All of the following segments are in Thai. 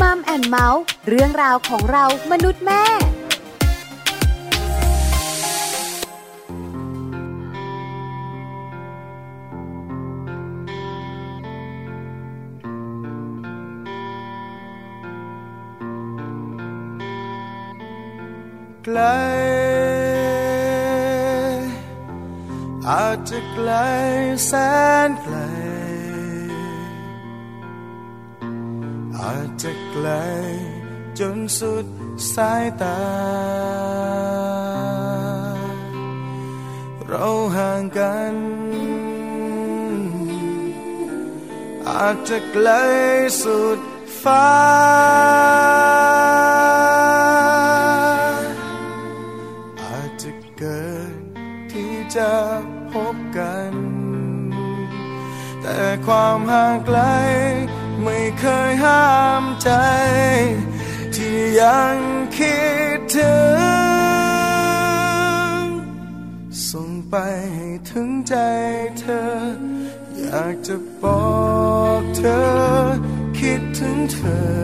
มัมแอนเมาส์เรื่องราวของเรามนุษย์แม่ ไกล อาจจะไกลแสนไกล อาจจะไกล จนสุดสายตา เราห่างกัน อาจจะไกลสุดฟ้า อาจจะเกินที่จะพบกัน แต่ความห่างไกล ไม่เคยห้ามใจ ที่ยังคิดถึง ส่งไปให้ถึงใจเธอ อยากจะบอกเธอ คิดถึงเธอ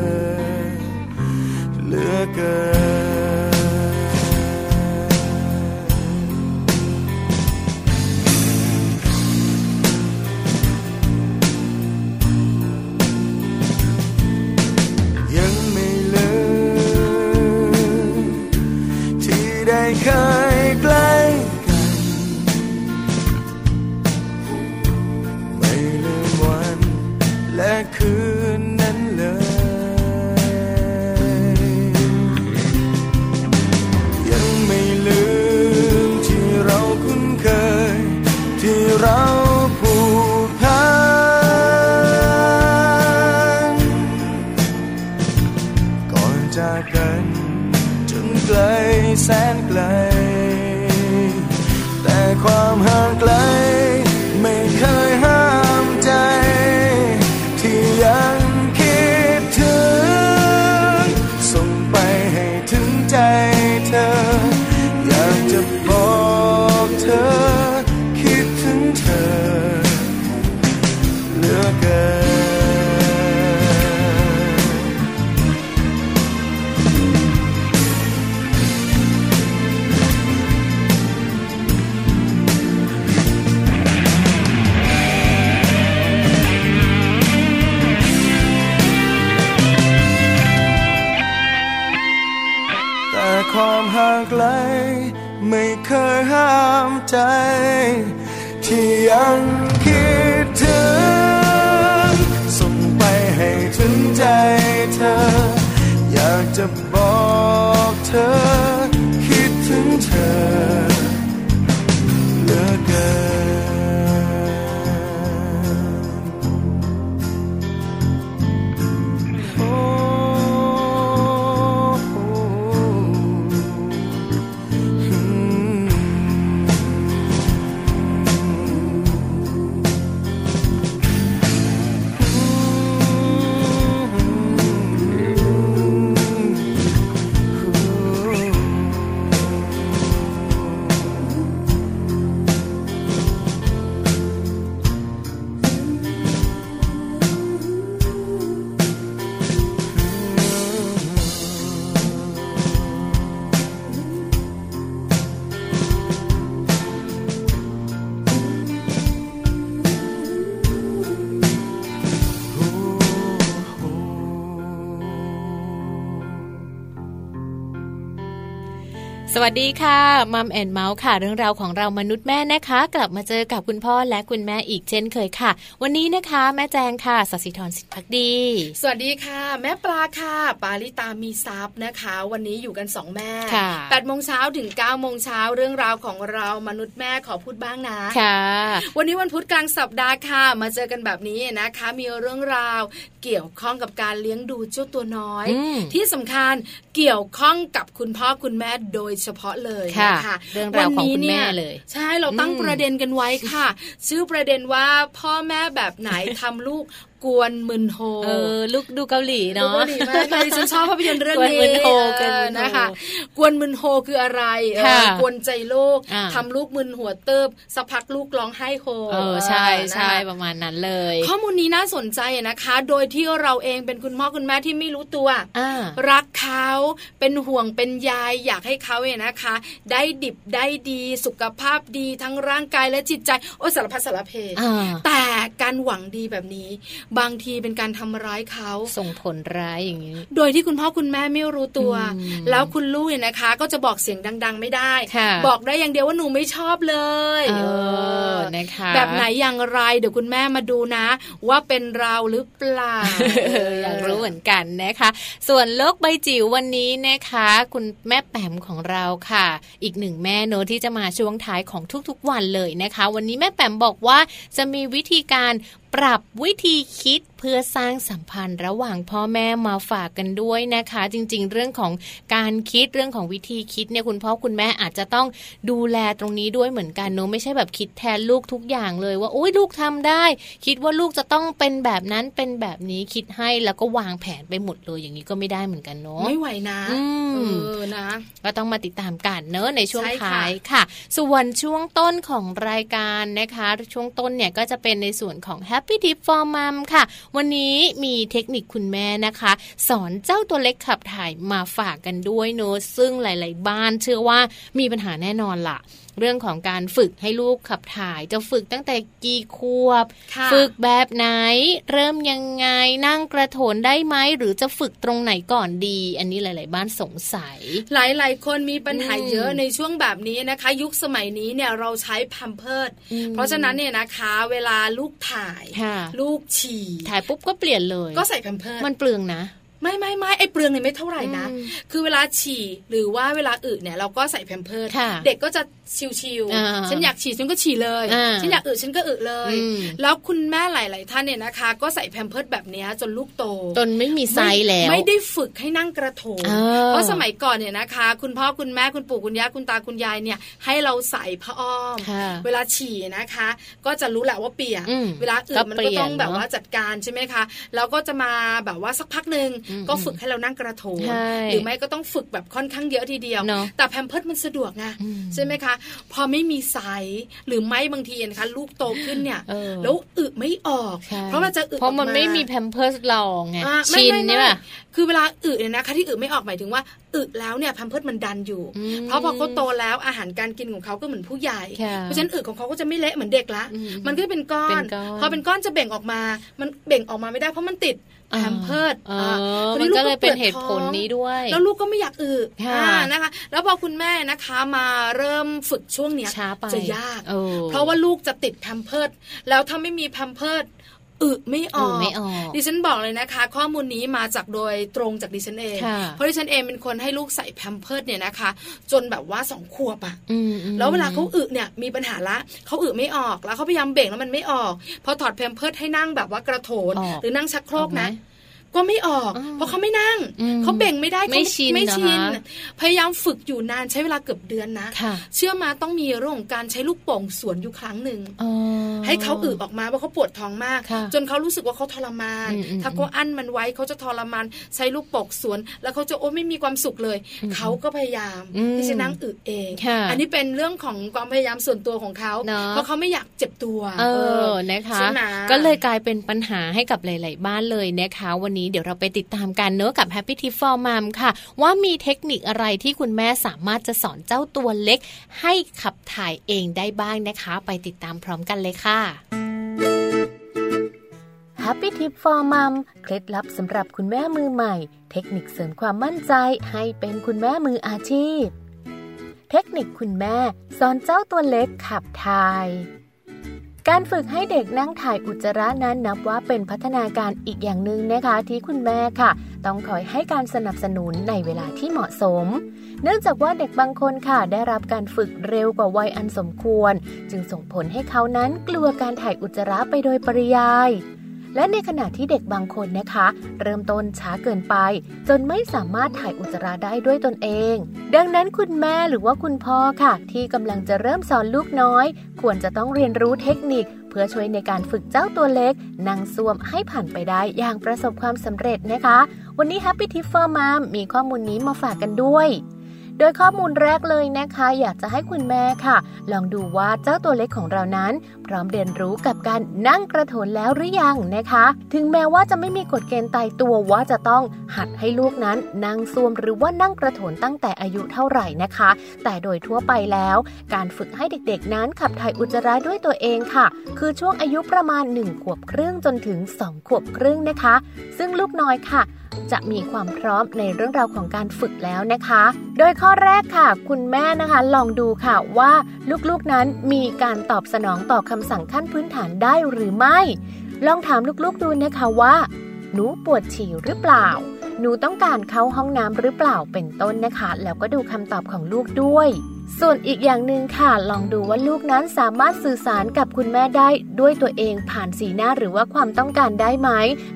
เหลือเกิน ยังไม่ลืมที่ได้เคยใกล้กัน ไม่ลืมวันและคืนนั้นเลย ยังไม่ลืมที่เราคุ้นเคย ที่เราผูกพัน ก่อนจากกันจนไกลแสนไกล แต่ความห่างไกล ไม่เคยห้ามใจ ที่ยังคิดถึง ส่งไปให้ถึงใจเธอ อยากจะบอกเธอ คิดถึงเธอเหลือเกิน แต่ความห่างไกล ไม่เคยห้ามใจ ที่ยังคิดถึง ส่งไปให้ถึงใจเธอ อยากจะบอกเธอ คิดถึงเธอเหลือเกิน โอ้โอ้อืม สวัสดีค่ะมัมแอนเมาส์ค่ะ เรื่องราวของเรามนุษย์แม่นะคะ กลับมาเจอกับคุณพ่อและคุณแม่อีกเช่นเคยค่ะ วันนี้นะคะแม่แจงค่ะสัสิธรสิทธิพักดี สวัสดีค่ะ แม่ปลาค่ะ ปาลิตามีซัพ์นะคะ วันนี้อยู่กันสองแม่ ค่ะ แปดโมงเช้าถึง9ก้าโมงเช้าเรื่องราวของเรามนุษย์แม่ขอพูดบ้างนะ ค่ะ วันนี้วันพุธกลางสัปดาห์ค่ะ มาเจอกันแบบนี้นะคะ มีเรื่องราวเกี่ยวข้องกับการเลี้ยงดูเจ้าตัวน้อย อืม ที่สำคัญเกี่ยวข้องกับคุณพ่อคุณแม่โดยเฉพาะเลย ค่ะ นะคะ เรื่องราวของคุณแม่ วันนี้นี่ เลย ใช่เราตั้ง อืม ประเด็นกันไว้ค่ะ ชื่อประเด็นว่าพ่อแม่แบบไหนทำลูก กวนมึนโฮ เออลูกดูเกาหลี ดู เนาะ เกาหลีมากเลยดิฉันชอบภาพยนตร์เรื่องนี้ กวนมึนโฮ เออก วนมึนโฮ นะคะ กวนมึนโฮคืออะไรเออ ค่ะ กวนใจโลก อ่า ทำลูกมึนหัวเติบสักพักลูกร้องไห้โฮ เออใช่ใช่ นะคะ ประมาณนั้นเลย ข้อมูลนี้น่าสนใจนะคะ โดยที่เราเองเป็นคุณพ่อคุณแม่ที่ไม่รู้ตัว อ่า รักเขาเป็นห่วงเป็นใยายอยากให้เขาเนี่ยนะคะ ได้ดิบได้ดีสุขภาพดีทั้งร่างกายและจิตใจ โอ้ยสารพัดสารเพ อ่า แต่การหวังดีแบบนี้ บางทีเป็นการทำร้ายเขา ส่งผลร้ายอย่างนี้ โดยที่คุณพ่อคุณแม่ไม่รู้ตัว อืม แล้วคุณลูกเนี่ยนะคะ ก็จะบอกเสียงดัง ๆ ไม่ได้ ค่ะ บอกได้อย่างเดียวว่าหนูไม่ชอบเลย เอ เอ อ อ นะคะ แบบไหนอย่างไร เดี๋ยวคุณแม่มาดูนะ ว่าเป็นเราหรือเปล่า เอ ออยากรู้เหมือนกันนะคะ ส่วนโลกใบจิ๋ววันนี้นะคะ คุณแม่แปมของเราค่ะ อีกหนึ่งแม่โนอะที่จะมาช่วงท้ายของทุกๆวันเลยนะคะ วันนี้แม่แปมบอกว่าจะมีวิธีการปรับวิธีคิดเพื่อสร้างสัมพันธ์ระหว่างพ่อแม่มาฝากกันด้วยนะคะ จริง ๆ เรื่องของการคิดเรื่องของวิธีคิดเนี่ยคุณพ่อคุณแม่อาจจะต้องดูแลตรงนี้ด้วยเหมือนกันเนอะไม่ใช่แบบคิดแทนลูกทุกอย่างเลยว่าโอ้ยลูกทำได้ คิดว่าลูกจะต้องเป็นแบบนั้นเป็นแบบนี้คิดให้แล้วก็วางแผนไปหมดเลยอย่างนี้ก็ไม่ได้เหมือนกันเนอะ ไม่ไหวนะ อืม เออนะ ก็ต้องมาติดตามกันเนอะในช่วง ใช่ค่ะ ท้ายค่ะ ส่วนช่วงต้นของรายการนะคะ ช่วงต้นเนี่ยก็จะเป็นในส่วนของ Happy Tip for Mom ค่ะ วันนี้มีเทคนิคคุณแม่นะคะ สอนเจ้าตัวเล็กขับถ่ายมาฝากกันด้วยเนอะซึ่งหลาย ๆ บ้านเชื่อว่ามีปัญหาแน่นอนล่ะ เรื่องของการฝึกให้ลูกขับถ่าย จะฝึกตั้งแต่กี่ขวบ ค่ะ ฝึกแบบไหน เริ่มยังไงนั่งกระโถนได้ไหมหรือจะฝึกตรงไหนก่อนดี อันนี้หลาย ๆ บ้านสงสัย หลายๆ คนมีปัญหา อืม เยอะในช่วงแบบนี้นะคะ ยุคสมัยนี้เนี่ยเราใช้พัมเพิร์ด อืม เพราะฉะนั้นเนี่ยนะคะ เวลาลูกถ่าย ค่ะ ลูกฉี่ ถ่ายปุ๊บก็เปลี่ยนเลย ก็ใส่พัมเพิร์ด มันเปลืองนะ ไม่ไม่ไม่ไอเปลืองเนี่ยไม่เท่าไหร่นะ อืม คือเวลาฉี่หรือว่าเวลาอึเนี่ยเราก็ใส่แพมเพิร์ด ค่ะ เด็กก็จะชิว อ่า ๆฉันอยากฉี่ฉันก็ฉี่เลย อ่า ฉันอยากอึฉันก็อึเลย อืม แล้วคุณแม่หลาย ๆ ท่านเนี่ยนะคะ ก็ใส่แพมเพิร์ดแบบเนี้ยจนลูกโต จนไม่มีไซส์แล้ว ไม่ได้ฝึกให้นั่งกระโถน เออ ราะสมัยก่อนเนี่ยนะคะ คุณพ่อคุณแม่คุณปู่คุณย่าคุณตาคุณยายเนี่ย ให้เราใส่ผ้าอ้อม ค่ะ เวลาฉี่นะคะ ก็จะรู้แหละว่าเปียก อืม เวลาอื่นมัน ก็เปลี่ยก็น ต้องแบบ เนอะ ว่าจัดการใช่ไหมคะแล้วก็จะมาแบบว่าสักพักหนึ่ง อืม ก็ฝึกให้เรานั่งกระโถน ใช่ หรือไม่ก็ต้องฝึกแบบค่อนข้างเยอะทีเดียว เนอะ แต่แพมเพิร์ดมันสะดวกไง อืม ใช่ไหมคะ พอไม่มีไซส์หรือไม่บางทีนะคะ ลูกโตขึ้นเนี่ย เออ แล้วอึไม่ออก ใช่ เพราะมันจะอึ เพราะมัน ออกา ไม่มีแพมเพิร์สรองไง อ่ะไม่ ชิน ไม่ เนี่ยป่ะ ไม่คือเวลาอึเนี่ยนะคะที่อึไม่ออกหมายถึงว่าอึแล้วเนี่ยพัมเพิร์ดมันดันอยู่ อืม เพราะพอเขาโตแล้วอาหารการกินของเขาก็เหมือนผู้ใหญ่ ค่ะ เพราะฉะนั้นอึของเขาก็จะไม่เละเหมือนเด็กละ อืม มันก็เป็นก้อ เป็น นก้อน พอเป็นก้อนจะเบ่งออกมา มันเบ่งออกมาไม่ได้เพราะมันติด อ่า แพมเพิร์ด เออ อ่า มันก็เลยเป็นเหตุผล ท้อง นี้ด้วย แล้วลูกก็ไม่อยากอึ ค่ะ อ่านะคะ แล้วพอคุณแม่นะคะมาเริ่มฝึกช่วงเนี้ย ช้าไป จะยาก เออ ราะว่าลูกจะติดแพมเพิร์ดแล้วถ้าไม่มีแพมเพิร์ดอึไม่ออ อึ ก ไม่ออก ดิฉันบอกเลยนะคะ ข้อมูลนี้มาจากโดยตรงจากดิฉันเอง ค่ะ เพราะดิฉันเองเป็นคนให้ลูกใส่แพมเพิร์ดเนี่ยนะคะ จนแบบว่าสองขวบอะ อืมอืม แล้วเวลาเขาอึเนี่ยมีปัญหาละเขาอึไม่ออกแล้วเขาพยายามเบ่งแล้วมันไม่ออก พอถอดแพมเพิร์ดให้นั่งแบบว่ากระโถน ออก หรือนั่งชักโครกอนะอกไหม ก็ไม่ออก อ้าว เพราะเขาไม่นั่ง อืม เขาเบ่งไม่ได้ ไม่ เขา ชิน ไม่ เหรอ ชิน คะ พยายามฝึกอยู่นานใช้เวลาเกือบเดือนนะ ค่ะ เชื่อมาต้องมีเรื่องของการใช้ลูกโป่งสวนอยู่ครั้งหนึ่ง อ๋อ ให้เขาอึออกมาว่าเขาปวดท้องมาก ค่ะ จนเขารู้สึกว่าเขาทรมาน อืมอืม ถ้าเขาอั้นมันไว้เขาจะทรมาน ใช้ลูกปอกสวน แล้วเขาจะโอ้ไม่มีความสุขเลย เขาก็พยายาม อืม ที่จะนั่งอึเอง ค่ะ อันนี้เป็นเรื่องของความพยายามส่วนตัวของเขา เนอะ เพราะเขาไม่อยากเจ็บตัว เอ เอ อ อ นะคะ ใช่ไหม ก็เลยกลายเป็นปัญหาให้กับหลาย ๆ บ้านเลยนะคะ วันนี้เดี๋ยวเราไปติดตามกันเนอะกับ Happy Tip for Mom ค่ะ ว่ามีเทคนิคอะไรที่คุณแม่สามารถจะสอนเจ้าตัวเล็ก ให้ขับถ่ายเองได้บ้างนะคะ ไปติดตามพร้อมกันเลยค่ะ Happy Tip for Mom เคล็ดลับสำหรับคุณแม่มือใหม่ เทคนิคเสริมความมั่นใจให้เป็นคุณแม่มืออาชีพ เทคนิคคุณแม่สอนเจ้าตัวเล็กขับถ่าย การฝึกให้เด็กนั่งถ่ายอุจจาระนั้นนับว่าเป็นพัฒนาการอีกอย่างหนึ่งนะคะที่คุณแม่ค่ะ ต้องคอยให้การสนับสนุนในเวลาที่เหมาะสม เนื่องจากว่าเด็กบางคนค่ะ ได้รับการฝึกเร็วกว่าวัยอันสมควร จึงส่งผลให้เขานั้นกลัวการถ่ายอุจจาระไปโดยปริยาย และในขณะที่เด็กบางคนนะคะ เริ่มต้นช้าเกินไป จนไม่สามารถถ่ายอุจจาระได้ด้วยตนเอง ดังนั้นคุณแม่หรือว่าคุณพ่อค่ะ ที่กำลังจะเริ่มสอนลูกน้อย ควรจะต้องเรียนรู้เทคนิค เพื่อช่วยในการฝึกเจ้าตัวเล็กนั่งซ่วมให้ผ่านไปได้อย่างประสบความสำเร็จนะคะ วันนี้ Happy Tip for Mom มีข้อมูลนี้มาฝากกันด้วย โดยข้อมูลแรกเลยนะคะ อยากจะให้คุณแม่ค่ะ ลองดูว่าเจ้าตัวเล็กของเรานั้น พร้อมเรียนรู้กับการนั่งกระโถนแล้วหรือยังนะคะ ถึงแม้ว่าจะไม่มีกฎเกณฑ์ตายตัวว่าจะต้องหัดให้ลูกนั้นนั่งซ่วมหรือว่านั่งกระโถนตั้งแต่อายุเท่าไหร่นะคะ แต่โดยทั่วไปแล้ว การฝึกให้เด็กๆ นั้นขับถ่ายอุจจาระด้วยตัวเองค่ะ คือช่วงอายุประมาณ 1 ขวบครึ่งจนถึง 2 ขวบครึ่งนะคะ ซึ่งลูกน้อยค่ะ จะมีความพร้อมในเรื่องราวของการฝึกแล้วนะคะ โดยข้อแรกค่ะ คุณแม่นะคะ ลองดูค่ะว่าลูกๆนั้นมีการตอบสนองต่อคำสั่งขั้นพื้นฐานได้หรือไม่ ลองถามลูกๆดูนะคะว่า หนูปวดฉี่หรือเปล่า หนูต้องการเข้าห้องน้ำหรือเปล่าเป็นต้นนะคะ แล้วก็ดูคำตอบของลูกด้วย ส่วนอีกอย่างหนึ่งค่ะ ลองดูว่าลูกนั้นสามารถสื่อสารกับคุณแม่ได้ด้วยตัวเองผ่านสีหน้าหรือว่าความต้องการได้ไหม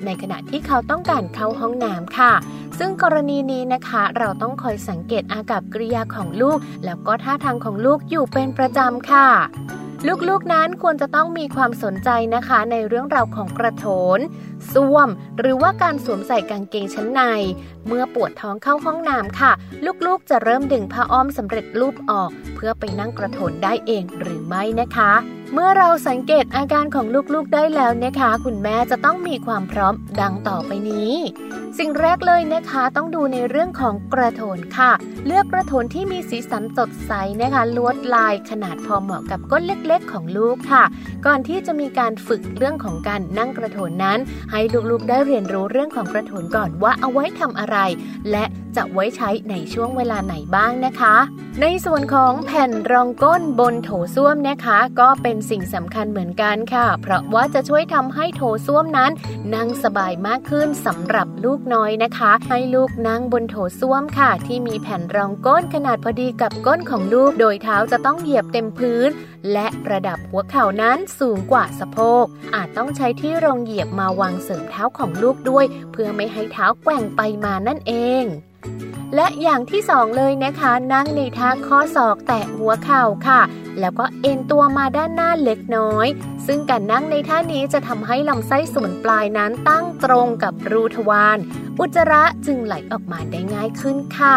ในขณะที่เขาต้องการเข้าห้องน้ำค่ะ ซึ่งกรณีนี้นะคะ เราต้องคอยสังเกตอากับกริยาของลูก แล้วก็ท่าทางของลูกอยู่เป็นประจำค่ะ ลูกๆนั้นควรจะต้องมีความสนใจนะคะ ในเรื่องราวของกระโถนส้วม หรือว่าการสวมใส่กางเกงชั้นใน เมื่อปวดท้องเข้าห้องน้ำค่ะ ลูกๆ จะเริ่มดึงผ้าอ้อมสำเร็จรูปออก เพื่อไปนั่งกระโถนได้เองหรือไม่นะคะ เมื่อเราสังเกตอาการของลูกๆได้แล้วนะคะ คุณแม่จะต้องมีความพร้อมดังต่อไปนี้ สิ่งแรกเลยนะคะต้องดูในเรื่องของกระโถนค่ะ เลือกกระโถนที่มีสีสันสดใสนะคะ ลวดลายขนาดพอเหมาะกับก้นเล็กๆ ของลูกค่ะ ก่อนที่จะมีการฝึกเรื่องของการนั่งกระโถนนั้น ให้ลูกๆได้เรียนรู้เรื่องของกระโถนก่อนว่าเอาไว้ทำอะไร และจะไว้ใช้ในช่วงเวลาไหนบ้างนะคะ ในส่วนของแผ่นรองก้นบนโถส้วมนะคะ ก็เป็นสิ่งสำคัญเหมือนกันค่ะ เพราะว่าจะช่วยทำให้โถส้วมนั้น นั่งสบายมากขึ้นสำหรับลูกน้อยนะคะ ให้ลูกนั่งบนโถส้วมค่ะ ที่มีแผ่นรองก้นขนาดพอดีกับก้นของลูก โดยเท้าจะต้องเหยียบเต็มพื้น และระดับหัวเข่านั้นสูงกว่าสะโพก อาจต้องใช้ที่รองเหยียบมาวางเสริมเท้าของลูกด้วย เพื่อไม่ให้เท้าแกว่งไปมานั่นเอง และอย่างที่สองเลยนะคะ นั่งในท่าข้อศอกแตะหัวเข่าค่ะ แล้วก็เอ็นตัวมาด้านหน้าเล็กน้อย ซึ่งการนั่งในท่านี้จะทำให้ลำไส้ส่วนปลายนั้นตั้งตรงกับรูทวารอุจจาระจึงไหลออกมาได้ง่ายขึ้นค่ะ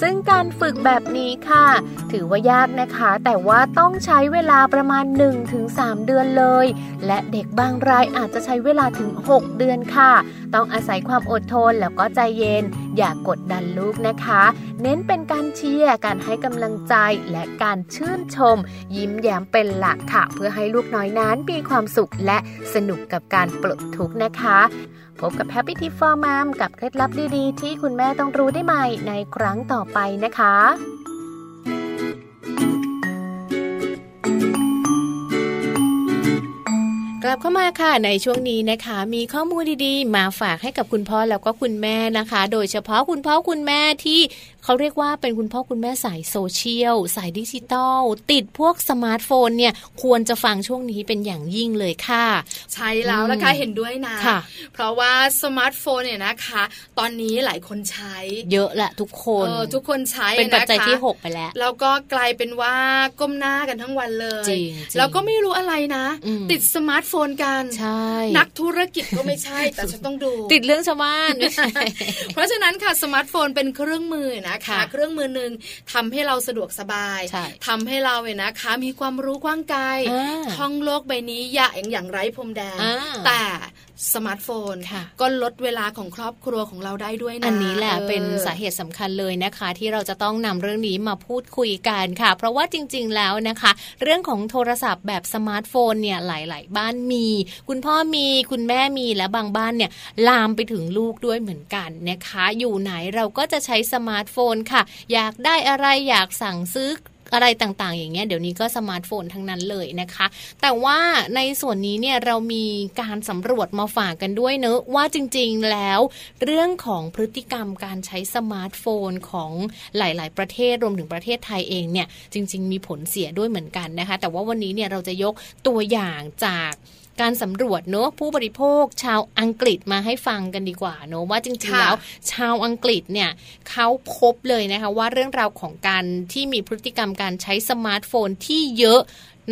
ซึ่งการฝึกแบบนี้ค่ะ ถือว่ายากนะคะ แต่ว่าต้องใช้เวลาประมาณ 1-3 เดือนเลย และเด็กบางรายอาจจะใช้เวลาถึง 6 เดือนค่ะ ต้องอาศัยความอดทนแล้วก็ใจเย็น อย่ากกดดันลูกนะคะ เน้นเป็นการเชียร์การให้กำลังใจและการชื่นชม ยิ้มแย้มเป็นหลักค่ะ เพื่อให้ลูกน้อยนั้นมีความสุขและสนุกกับการปลดทุกข์นะคะ พบกับ Happy Tip for Mom กับเคล็ดลับดีๆ ที่คุณแม่ต้องรู้ได้ใหม่ในครั้งต่อไปนะคะ กลับเข้ามาค่ะในช่วงนี้นะคะ มีข้อมูลดีๆ มาฝากให้กับคุณพ่อแล้วก็คุณแม่นะคะ โดยเฉพาะคุณพ่อคุณแม่ที่เขาเรียกว่าเป็นคุณพ่อคุณแม่สายโซเชียลสายดิจิตอลติดพวกสมาร์ทโฟนเนี่ยควรจะฟังช่วงนี้เป็นอย่างยิ่งเลยค่ะ ใช่แล้วนะคะเห็นด้วยนะ ค่ะ เพราะว่าสมาร์ทโฟนเนี่ยนะคะ ตอนนี้หลายคนใช้ เยอะแหละทุกคน เออทุกคนใช้ เป็นปัจจัย ะคะ ที่ 6 ไปแล้ว แล้วก็กลายเป็นว่าก้มหน้ากันทั้งวันเลย จริงๆ แล้วก็ไม่รู้อะไรนะ อืม ติดสมาร์ทโฟนกัน ใช่ นักธุรกิจก็ไม่ใช่ แต่ฉันต้องดู ติดเรื่องชาวบ้าน เพราะฉะนั้นค่ะสมาร์ทโฟนเป็นเครื่องมือนะคะ ค่ะ เครื่องมือหนึ่งทำให้เราสะดวกสบาย ใช่ ทำให้เราเนี่ยนะคะ มีความรู้กว้างไกล อ่า ท่องโลกใบนี้อย่าอย่างอย่างไร้พรมแดน อ่า แต่สมาร์ทโฟน ค่ะ ก็ลดเวลาของครอบครัวของเราได้ด้วยนะ อันนี้แหละ ออ เป็นสาเหตุสำคัญเลยนะคะ ที่เราจะต้องนำเรื่องนี้มาพูดคุยกันค่ะ เพราะว่าจริง ๆ แล้วนะคะ เรื่องของโทรศัพท์แบบสมาร์ทโฟนเนี่ยหลาย ๆ บ้านมี คุณพ่อมีคุณแม่มีและบางบ้านเนี่ยลามไปถึงลูกด้วยเหมือนกันนะคะ อยู่ไหนเราก็จะใช้สมาร์ทโฟนค่ะ อยากได้อะไรอยากสั่งซื้ออะไรต่างๆ อย่างเงี้ยเดี๋ยวนี้ก็สมาร์ทโฟนทั้งนั้นเลยนะคะ แต่ว่าในส่วนนี้เนี่ยเรามีการสำรวจมาฝากกันด้วยเนอะว่าจริงๆแล้ว เรื่องของพฤติกรรมการใช้สมาร์ทโฟนของหลาย ๆ ประเทศรวมถึงประเทศไทยเองเนี่ยจริง ๆ มีผลเสียด้วยเหมือนกันนะคะ แต่ว่าวันนี้เนี่ยเราจะยกตัวอย่างจากการสำรวจเนอะผู้บริโภคชาวอังกฤษมาให้ฟังกันดีกว่าเนอะว่าจริงๆ ค่ะ แล้ว ชาวอังกฤษเนี่ยเขาพบเลยนะคะว่าเรื่องราวของการที่มีพฤติกรรมการใช้สมาร์ทโฟนที่เยอะ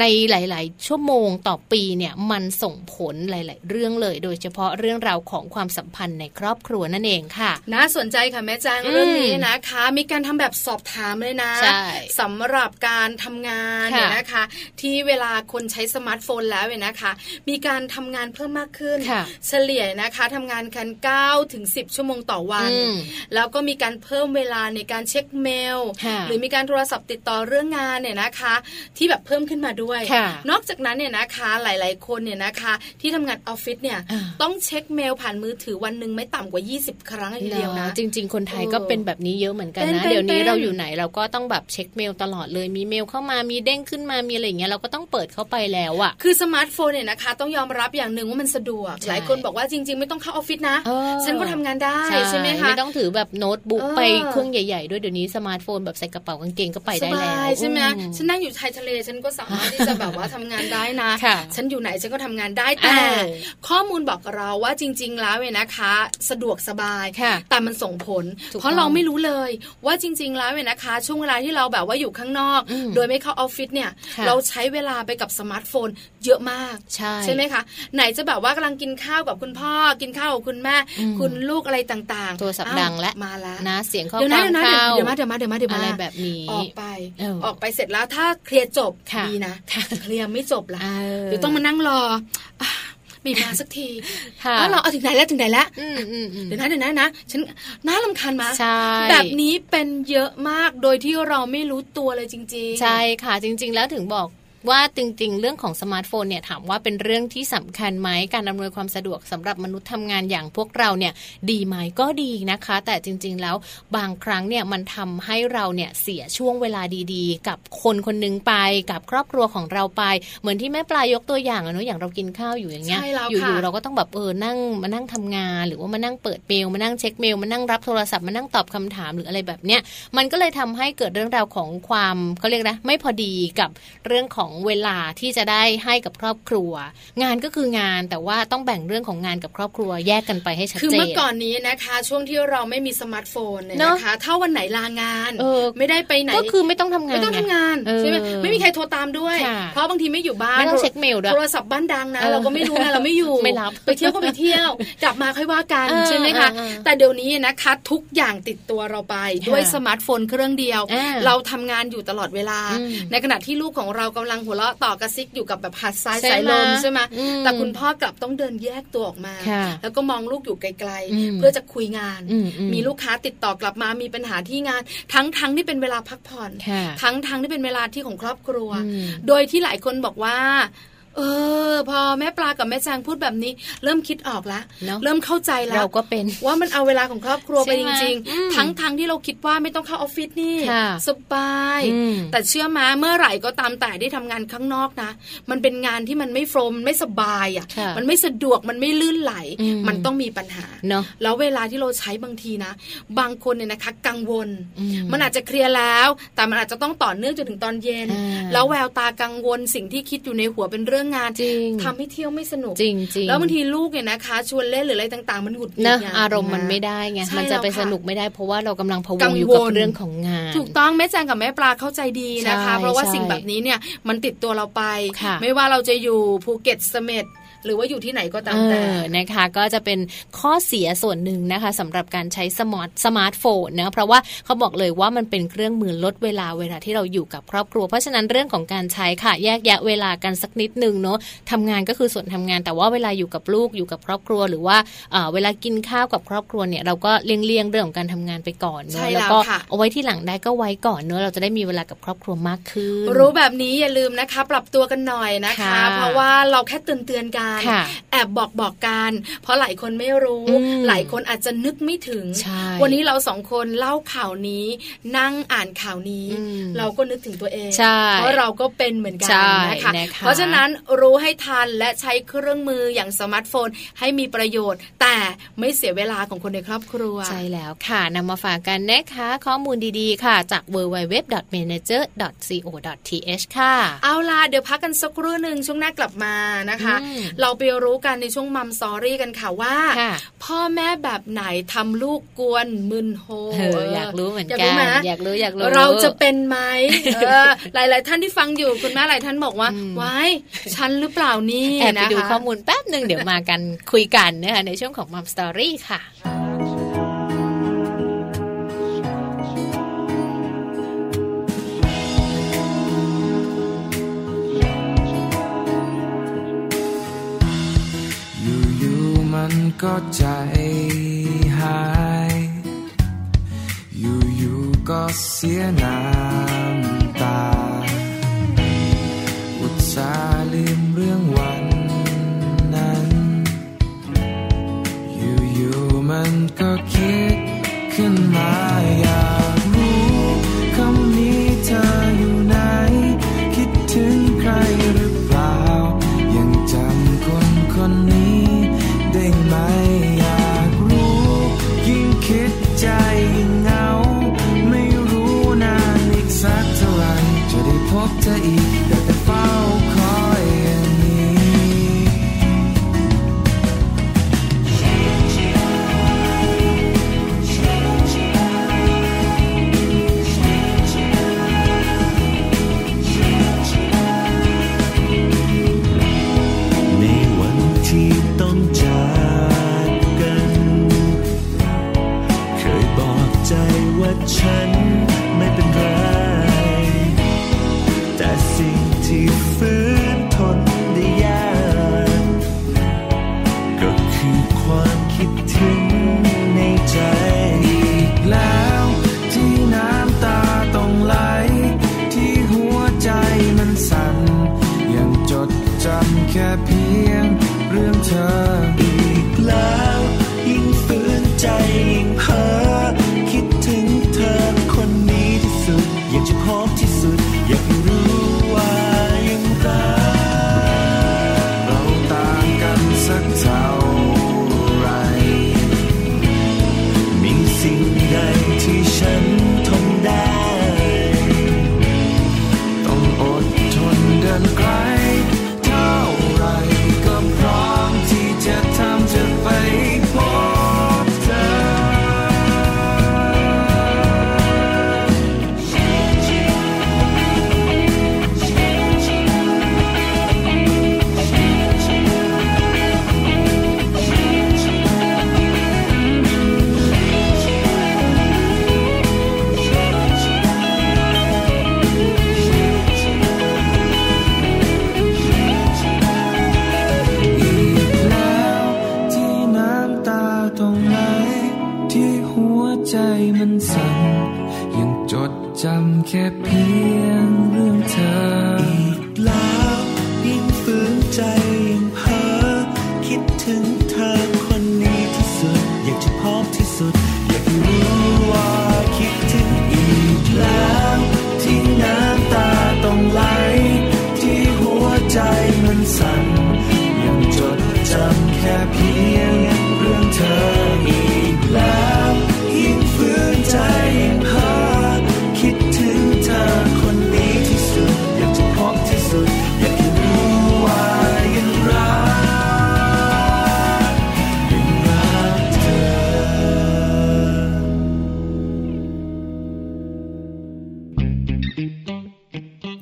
ในหลาย ๆ ชั่วโมงต่อปีเนี่ยมันส่งผลหลาย ๆ เรื่องเลย โดยเฉพาะเรื่องราวของความสัมพันธ์ในครอบครัวนั่นเองค่ะ น่าสนใจค่ะแม่จาง อืม เรื่องนี้นะคะ มีการทำแบบสอบถามเลยนะ ใช่ สำหรับการทำงาน ค่ะ เนี่ยนะคะ ที่เวลาคนใช้สมาร์ทโฟนแล้วเนี่ยนะคะ มีการทำงานเพิ่มมากขึ้น ค่ะ เฉลี่ยนะคะทำงานกัน9ถึง10 ชั่วโมงต่อวัน อืม แล้วก็มีการเพิ่มเวลาในการเช็คเมล ค่ะ หรือมีการโทรศัพท์ติดต่อเรื่องงานเนี่ยนะคะ ที่แบบเพิ่มขึ้นมาด้วย ค่ะ นอกจากนั้นเนี่ยนะคะหลาย ๆ คนเนี่ยนะคะ ที่ทำงานออฟฟิศเนี่ย อ่า ต้องเช็คเมลผ่านมือถือวันหนึ่งไม่ต่ำกว่า 20 ครั้งเลยทีเดียวนะ จริง ๆ คนไทย เออ ก็เป็นแบบนี้เยอะเหมือนกัน เป็น นะ เป็น เดี๋ยวนี้ เป็น เราอยู่ไหนเราก็ต้องแบบเช็คเมลตลอดเลย มีเมลเข้ามา มีเด้งขึ้นมา มีอะไรอย่างเงี้ยเราก็ต้องเปิดเข้าไปแล้วอะ คือสมาร์ทโฟนเนี่ยนะคะ ต้องยอมรับอย่างหนึ่งว่ามันสะดวก ใช่ หลายคนบอกว่าจริง ๆ ไม่ต้องเข้าออฟฟิศนะ เออ ฉันก็ทำงานได้ใช่ไหมคะ ไม่ต้องถือแบบโน้ตบุ๊ก เออ ไปเครื่องใหญ่ ๆ ด้วยเดี๋ยวนี้สมาร์ทโฟนแบบใส่กระเป๋ากางเกงก็ไป ส ได้แล้วบาย ใช่ไหม อื ฉันนั่งอยู่ชายทะเลฉันก็สามารถที่จะแบบว่าทำงานได้นะ ค่ะ ฉันอยู่ไหนฉันก็ทำงานได้ เอ แต่ อ ข้อมูลบอกกับเราว่าจริง ๆ แล้วเนี่ยนะคะ สะดวกสบาย ค่ะ แต่มันส่งผล ถูก เพต้อราะง เราไม่รู้เลยว่าจริง ๆ แล้วเนี่ยนะคะ ช่วงเวลาที่เราแบบว่าอยู่ข้างนอก อืม โดยไม่เข้าออฟฟิศเนี่ย ค่ะ เราใช้เวลาไปกับสมาร์ทโฟน เยอะมาก ใช่ ใช่ไหมคะ ไหนจะแบบว่ากำลังกินข้าวกับคุณพ่อ กินข้าวกับคุณแม่ อืม คุณลูกอะไรต่างๆ โทรศัพท์ อ้า ดังแล้ว มาแล้ว นะเสียงข้อ เดี๋ยว ความนะเดี๋ยวนะ เข้า เดี๋ยวมาเดี๋ยวมาเดี๋ยวมาเดี๋ยวมา อะไร แล้ว แบบนี้ ออกไป เออ ออกไปเสร็จแล้วถ้าเคลียร์จบ ค่ะ ดีนะ ค่ะ เคลียร์ไม่จบละ เออ เดี๋ยวต้องมานั่งรออ่ะไม่มาสักที ค่ะ อ้าวเหรอเอาถึงไหนแล้วถึงไหนแล้ว อืมอืมอืม เดี๋ยวนะเดี๋ยวนะนะฉันน่าลำคาญมา ใช่ แบบนี้เป็นเยอะมากโดยที่เราไม่รู้ตัวเลยจริงๆ ใช่ค่ะจริง ๆ แล้วถึงบอกว่าจริง ๆ เรื่องของสมาร์ทโฟนเนี่ยถามว่าเป็นเรื่องที่สำคัญไหมการอำนวยความสะดวกสำหรับมนุษย์ทำงานอย่างพวกเราเนี่ยดีไหมก็ดีนะคะ แต่จริง ๆ แล้วบางครั้งเนี่ยมันทำให้เราเนี่ยเสียช่วงเวลาดีๆ กับคนคนหนึงไปกับครอบครัวของเราไป เหมือนที่แม่ปลายยกตัวอย่างอะเนอะอย่างเรากินข้าวอยู่อย่างเงี้ย ใช่แล้ว อยู่ ค่ะ ๆเราก็ต้องแบบเออนั่งมานั่งทำงาน หรือว่ามานั่งเปิดเมลมานั่งเช็คเมลมานั่งรับโทรศัพท์มานั่งตอบคำถามหรืออะไรแบบเนี้ย มันก็เลยทำให้เกิดเรื่องราวของความเขาเรียกนะไม่พอดีกับเรื่องของเวลาที่จะได้ให้กับครอบครัว งานก็คืองานแต่ว่าต้องแบ่งเรื่องของงานกับครอบครัวแยกกันไปให้ชัดเจน คือเมื่อก่อนนี้นะคะ ช่วงที่เราไม่มีสมาร์ทโฟนเนี่ย เนอะ นะคะถ้าวันไหนลางาน เออ ไม่ได้ไปไหน ก็คือไม่ต้องทำงาน ไม่ต้องทำงาน เออ ใช่ไหมไม่มีใครโทรตามด้วย ค่ะ เพราะบางทีไม่อยู่บ้าน ไม่ต้องเช็คเมลด้วย โทรศัพท์บ้านดังนะ เออ เราก็ไม่รู้ไงเราไม่อยู่ ไม่รับ ไปเที่ยวก็ไปเที่ยว กลับมาค่อยว่ากัน เออ ใช่ไหมคะ เออเออ แต่เดี๋ยวนี้นะคะ ทุกอย่างติดตัวเราไป ค่ะ ด้วยสมาร์ทโฟนเครื่องเดียว อ่า เราทำงานอยู่ตลอดเวลา อืม ในขณะที่ลูกของเรากำลังหัวเราะต่อกระซิกอยู่กับแบบหัดซ้าย ใช่ สายลม ไหม ใช่ไหม อืม แต่คุณพ่อกลับต้องเดินแยกตัวออกมา ค่ะ แล้วก็มองลูกอยู่ไกล อืม ๆ เพื่อจะคุยงาน อืมอืม มีลูกค้าติดต่อกลับมามีปัญหาที่งาน ทั้งๆที่เป็นเวลาพักผ่อน ค่ะ ทั้งทั้งที่เป็นเวลาที่ของครอบครัว อืม โดยที่หลายคนบอกว่า เออ พอแม่ปลากับแม่จางพูดแบบนี้ เริ่มคิดออกละ เนอะ เริ่มเข้าใจแล้ว เราก็เป็น ว่ามันเอาเวลาของครอบครัวไป ใช่ จ ไหม ริง อืม ๆ ทั้งทั้งที่เราคิดว่าไม่ต้องเข้าออฟฟิศนี่ ค่ะ สบาย อืม แต่เชื่อมาเมื่อไหร่ก็ตามแต่ได้ทำงานข้างนอกนะ มันเป็นงานที่มันไม่โฟมไม่สบายอ่ะ ค่ะ มันไม่สะดวกมันไม่ลื่นไหล อืม มันต้องมีปัญหา เนาะ แล้วเวลาที่เราใช้บางทีนะ บางคนเนี่ยนะคะ กังวล อืม มันอาจจะเคลียร์แล้ว แต่มันอาจจะต้องต่อเนื่องจนถึงตอนเย็น อ่า แล้วแววตากังวลสิ่งที่คิดอยู่ในหัวเป็นเรื่องงาน จริง ทำให้เที่ยวไม่สนุก จริงจริง แล้วบางทีลูกเนี่ยนะคะ ชวนเล่นหรืออะไรต่าง ๆ มันหงุดหงิด นะ ไง อารมณ์มันไม่ได้ไง ใช่ มันจะไป แล้วค่ะ สนุกไม่ได้เพราะว่าเรากำลังพะว กั ง งวล อยู่กับเรื่องของงาน ถูกต้องแม่แจงกับแม่ปลาเข้าใจดีนะคะ ใช่ เพราะว่า ใช่ สิ่งแบบนี้เนี่ยมันติดตัวเราไป ค่ะ ไม่ว่าเราจะอยู่ภูเก็ตเสม็ดหรือว่าอยู่ที่ไหนก็ตามแต่ เออนะคะก็จะเป็นข้อเสียส่วนหนึ่งนะคะสำหรับการใช้สมาร์ทสมาร์ทโฟนนะเพราะว่าเขาบอกเลยว่ามันเป็นเครื่องมือลดเวลาเวลาที่เราอยู่กับครอบครัว เพราะฉะนั้นเรื่องของการใช้ค่ะ แยกแยะเวลากันสักนิดหนึ่งเนาะทำงานก็คือส่วนทำงาน แต่ว่าเวลาอยู่กับลูกอยู่กับครอบครัว หรือว่าเอ่อเวลากินข้าวกับครอบครัวเนี่ยเราก็เลี่ยงๆเรื่องของการทำงานไปก่อนเน ใช่ อะ แล้ว แล้วก็ ค่ะ เอาไว้ที่หลังได้ก็ไว้ก่อนเนอะเราจะได้มีเวลากับครอบครัวมากขึ้น รู้แบบนี้อย่าลืมนะคะ ปรับตัวกันหน่อยนะคะ ค่ะ เพราะว่าเราแค่เตือนเตือนๆกัน ค่ะ แอบบอกบอกๆกันเพราะหลายคนไม่รู้ อืม หลายคนอาจจะนึกไม่ถึง ใช่ วันนี้เราสองคนเล่าข่าวนี้ นั่งอ่านข่าวนี้ อืม เราก็นึกถึงตัวเอง ใช่ เพราะเราก็เป็นเหมือนกั ใช่ นะคะ นะคะ เพราะฉะนั้นรู้ให้ทันและใช้เครื่องมืออย่างสมาร์ทโฟนให้มีประโยชน์ แต่ไม่เสียเวลาของคนในครอบครัว ใช่แล้วค่ะนำมาฝากกันนะคะ ข้อมูลดีๆค่ะ จาก www.manager.co.th ค่ะ เอาล่ะเดี๋ยวพักกันสักครู่หนึ่งช่วงหน้ากลับมานะคะ อืม เราไปรู้กันในช่วงมัมสอรี่กันค่ะว่า ค่ะ พ่อแม่แบบไหนทำลูกกวนมึนโฮ เอออยากรู้เหมือน ยาก กั รู้ น ไหม อยากรู้อยากรู้ เราจะเป็น ไหมเออ หลาย ๆ ท่านที่ฟังอยู่คุณแม่หลายท่านบอกว่า อืม ว้ายฉันหรือเปล่านี่ แอบไป นะคะ ดูข้อมูลแป๊บหนึ่งเดี๋ยวมากันคุยกันนะคะในช่วงของมัมสตอรี่ค่ะ อยู่ๆมันก็ใจหาย อยู่ๆก็เสียน้ำตา อุตส่าห์ลืมเรื่องวันนั้น อยู่ๆมันก็คิดขึ้นมาอยากรู้คำนี้เธออยู่ไหน คิดถึงใครหรือเปล่า ยังจำคนคนนี้ได้ไหมอยากรู้ ยิ่งคิดใจยิ่งเหงา ไม่รู้นานอีกสักเท่าไหร่จะได้พบเธออีกได้แต่เฝ้าคอยอย่างนี้ ในวันที่ต้องจากกัน เคยบอกใจว่าฉันไม่เป็นไร แต่สิ่งที่ฝืนทนได้ยาก ก็คือความคิดถึงในใจ อีกแล้วที่น้ำตาต้องไหล ที่หัวใจมันสั่น ยังจดจำแค่เพียงเรื่องเธอ อีกแล้วยิ่งฝืนใจยิ่งเพ้อคิดถึงเธอคนนี้ที่สุด อยากจะพบที่สุด อยากให้รู้ว่ายังรัก เราต่างกันสักเท่าไหร มีสิ่งใดที่ฉันทนได้ ต้องอดทนเดินไกล เท่าไหรก็พร้อมที่จะทำจะไปพบเธอ อีกแล้วที่น้ำตาต้องไหลที่หัวใจมันสั่น ยังจดจำแค่เพียงเรื่องเธอ อีกแล้วยิ่งฝืนใจยิ่งเพ้อคิดถึงเธอคนนี้ที่สุด อยากจะพบที่สุด อยากรู้ว่าคิดถึงอีกแล้วที่น้ำตาต้องไหลที่หัวใจมันสั่นยังจดจำแค่เพียงเรื่องเธออีกแล้วยิ่งฝืนใจยิ่งเพ้อ คิดถึงเธอคนนี้ที่สุด อยากจะพบที่สุด อยากจะรู้ว่ายังรักยังรักเธอ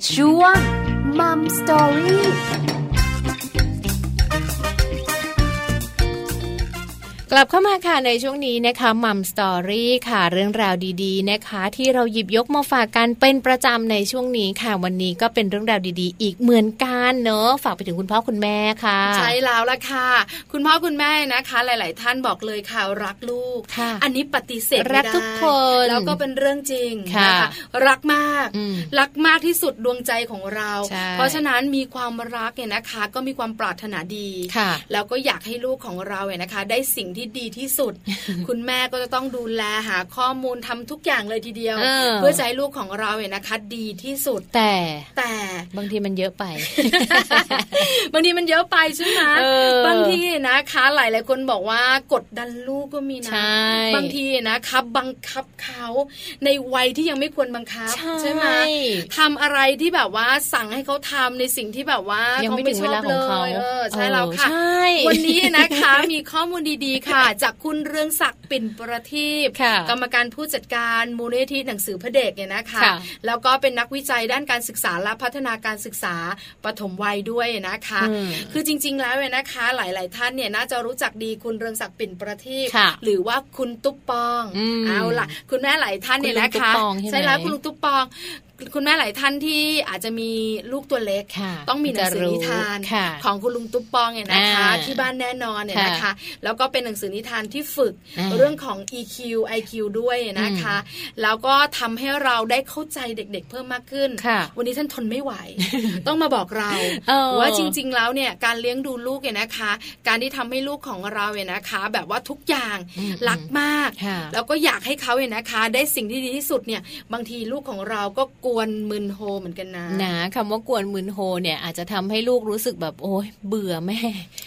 ช่วงมัมสตอรี่ กลับเข้ามาค่ะในช่วงนี้นะคะมัมสตอรี่ค่ะเรื่องราวดีๆนะคะ ที่เราหยิบยกมาฝากกันเป็นประจำในช่วงนี้ค่ะ วันนี้ก็เป็นเรื่องราวดีๆ อีกเหมือนกันเนอะฝากไปถึงคุณพ่อคุณแม่ค่ะ ใช่แล้วล่ะค่ะ คุณพ่อคุณแม่นะคะ หลาย ๆ ท่านบอกเลยค่ะรักลูก ค่ะ อันนี้ปฏิเสธไม่ รัก ได้ ทุกคน แล้วก็เป็นเรื่องจริง ค่ะ นรักมาก อืม รักมากที่สุดดวงใจของเรา ใช่ เพราะฉะนั้นมีความรักเนี่ยนะคะ ก็มีความปรารถนาดี ค่ะ แล้วก็อยากให้ลูกของเราเนี่ยนะคะ ได้สิ่งที่ ที่ดีที่สุ ด คุณแม่ก็จะต้องดูแลหาข้อมูลทำทุกอย่างเลยทีเดียว เออ เพื่อจะให้ลูกของเราเนี่ยนะคะ ดีที่สุด แต่ แต่ บางทีมันเยอะไป บางทีมันเยอะไปใช่ไหม เออบ างทีนะคะ หลายๆคนบอกว่ากดดันลูกก็มีนะ ใช่ บางทีนะคะบังคับเขาในวัยที่ยังไม่ควรบังคับ ใช่ ไหมทำอะไรที่แบบว่าสั่งให้เขาทำในสิ่งที่แบบว่า ยั ยัง ไม่ถึงเวลาของเขา เออใช่ เออ แล้วค่ะ ใช่ วันนี้นะคะ มีข้อมูลดีๆค่ะ จากคุณเรืองศักดิ์ปิ่นประทีป ค่ะ กรรมการผู้จัดการมูลนิธิหนังสือพระเด็กเนี่ยนะคะ ค่ะ แล้วก็เป็นนักวิจัยด้านการศึกษาและพัฒนาการศึกษาปฐมวัยด้วยนะคะ อืม คือจริง ๆ แล้วเนี่ยนะคะ หลาย ๆ ท่านเนี่ยน่าจะรู้จักดีคุณเรืองศักดิ์ปิ่นประทีป ค่ะ หรือว่าคุณตุ๊ปปอง อืม เอาล่ะ คุณแม่หลายท่านเนี่ยนะ คุณลุงตุ๊ คะ ปปองใช่ไหม แล้วคุณลุงตุ๊ปปอง คุณแม่หลายท่านที่อาจจะมีลูกตัวเล็ก ค่ะ ต้องมีหนังสือนิทาน จะรู้ค่ะ ของคุณลุงตุ๊ปปองเนี่ยนะคะ อ่า ที่บ้านแน่นอนเนี่ยนะคะ ค่ะ แล้วก็เป็นหนังสือนิทานที่ฝึก อ่า เรื่องของ EQ IQ ด้วยนะคะ แล้วก็ทำให้เราได้เข้าใจเด็กๆ เพิ่มมากขึ้น ค่ะ วันนี้ท่านทนไม่ ไหว ต้องมาบอกเรา เออ ว่าจริงๆแล้วเนี่ยการเลี้ยงดูลูกเนี่ยนะคะ การที่ทำให้ลูกของเราเนี่ยนะคะ แบบว่าทุกอย่าง อืม รักมาก ค่ะ แล้วก็อยากให้เขาเนี่ยนะคะ ได้สิ่งที่ดีที่สุดเนี่ยบางทีลูกของเราก็กวนมึนโฮเหมือนกันนะ นะคำว่ากวนมึนโฮเนี่ยอาจจะทำให้ลูกรู้สึกแบบโอ้ยเบื่อแม่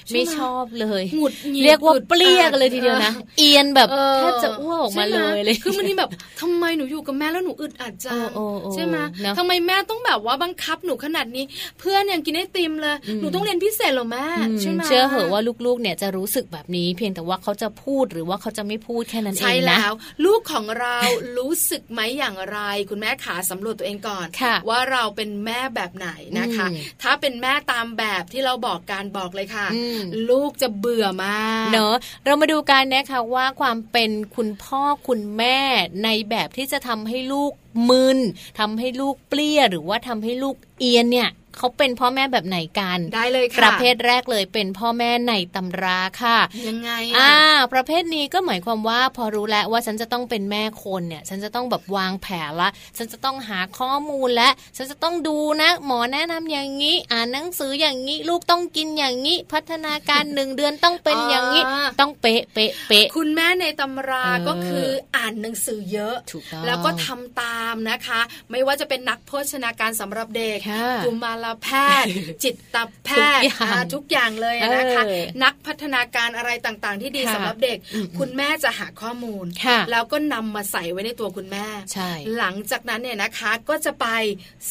ใช่ไหม ไม่ชอบเลย หงุดหงิด เรียกว่า อึดอัด เปรี้ยกันเลยทีเดียวนะ เอียนแบบ เออ แทบจะอ้วกออกมาเลยเลย ใช่ไหคือมันนี่แบบทำไมหนูอยู่กับแม่แล้วหนูอึดอัดจัง โอ้โอ้โอ้ ใช่ไหม เนอะ ทำไมแม่ต้องแบบว่าบังคับหนูขนาดนี้ เพื่อนยังกินไอติมเลย อืม หนูต้องเรียนพิเศษเหรอแม่ อืม ใช่ไหม เชื่อเหอะว่าลูกๆ เนี่ยจะรู้สึกแบบนี้ เพียงแต่ว่าเขาจะพูดหรือว่าเขาจะไม่พูดแค่นั้นเอ ใช่ งนะ แล้ว ลูกของเรารู้สึกไหมอย่างไร คุณแม่ขาสำรวจตัวเองก่อน ค่ะ ว่าเราเป็นแม่แบบไหนนะคะ อืม ถ้าเป็นแม่ตามแบบที่เราบอกการบอกเลยค่ะ อืม ลูกจะเบื่อมาก เนอะเรามาดูกันนะคะว่าความเป็นคุณพ่อคุณแม่ในแบบที่จะทำให้ลูกมึนทำให้ลูกเปรี้ยหรือว่าทำให้ลูกเอียนเนี่ยเขาเป็นพ่อแม่แบบไหนกัน ได้เลย ป ค่ะ ระเภทแรกเลยเป็นพ่อแม่ในตำราค่ะ ยังไงอะ อ่า ประเภทนี้ก็หมายความว่าพอรู้แล้วว่าฉันจะต้องเป็นแม่คนเนี่ย ฉันจะต้องแบบวางแผนละ ฉันจะต้องหาข้อมูลและ ฉันจะต้องดูนะ หมอแนะนำอย่างนี้ อ่านหนังสืออย่างนี้ ลูกต้องกินอย่างนี้ พัฒนาการ หนึ่งเดือนต้องเป็นอย่างนี้ อ่า ต้องเป๊ะเป๊ะเป๊ะ คุณแม่ในตำรา เออ ก็คืออ่านหนังสือเยอะ ถูกต้อง แล้วก็ทำตามนะคะ ไม่ว่าจะเป็นนักโภชนาการสำหรับเด็ก ค่ะ กุมารแพ ทย์ จิตแพทย์ ทุกอย่าง อ่าทุกอย่างเลยนะคะ เออ นักพัฒนาการอะไรต่างๆ ที่ดี ค่ะ สำหรับเด็ก คุณแม่จะหาข้อมูล ค่ะ แล้วก็นำมาใส่ไว้ในตัวคุณแม่ ใช่ หลังจากนั้นเนี่ยนะคะก็จะไป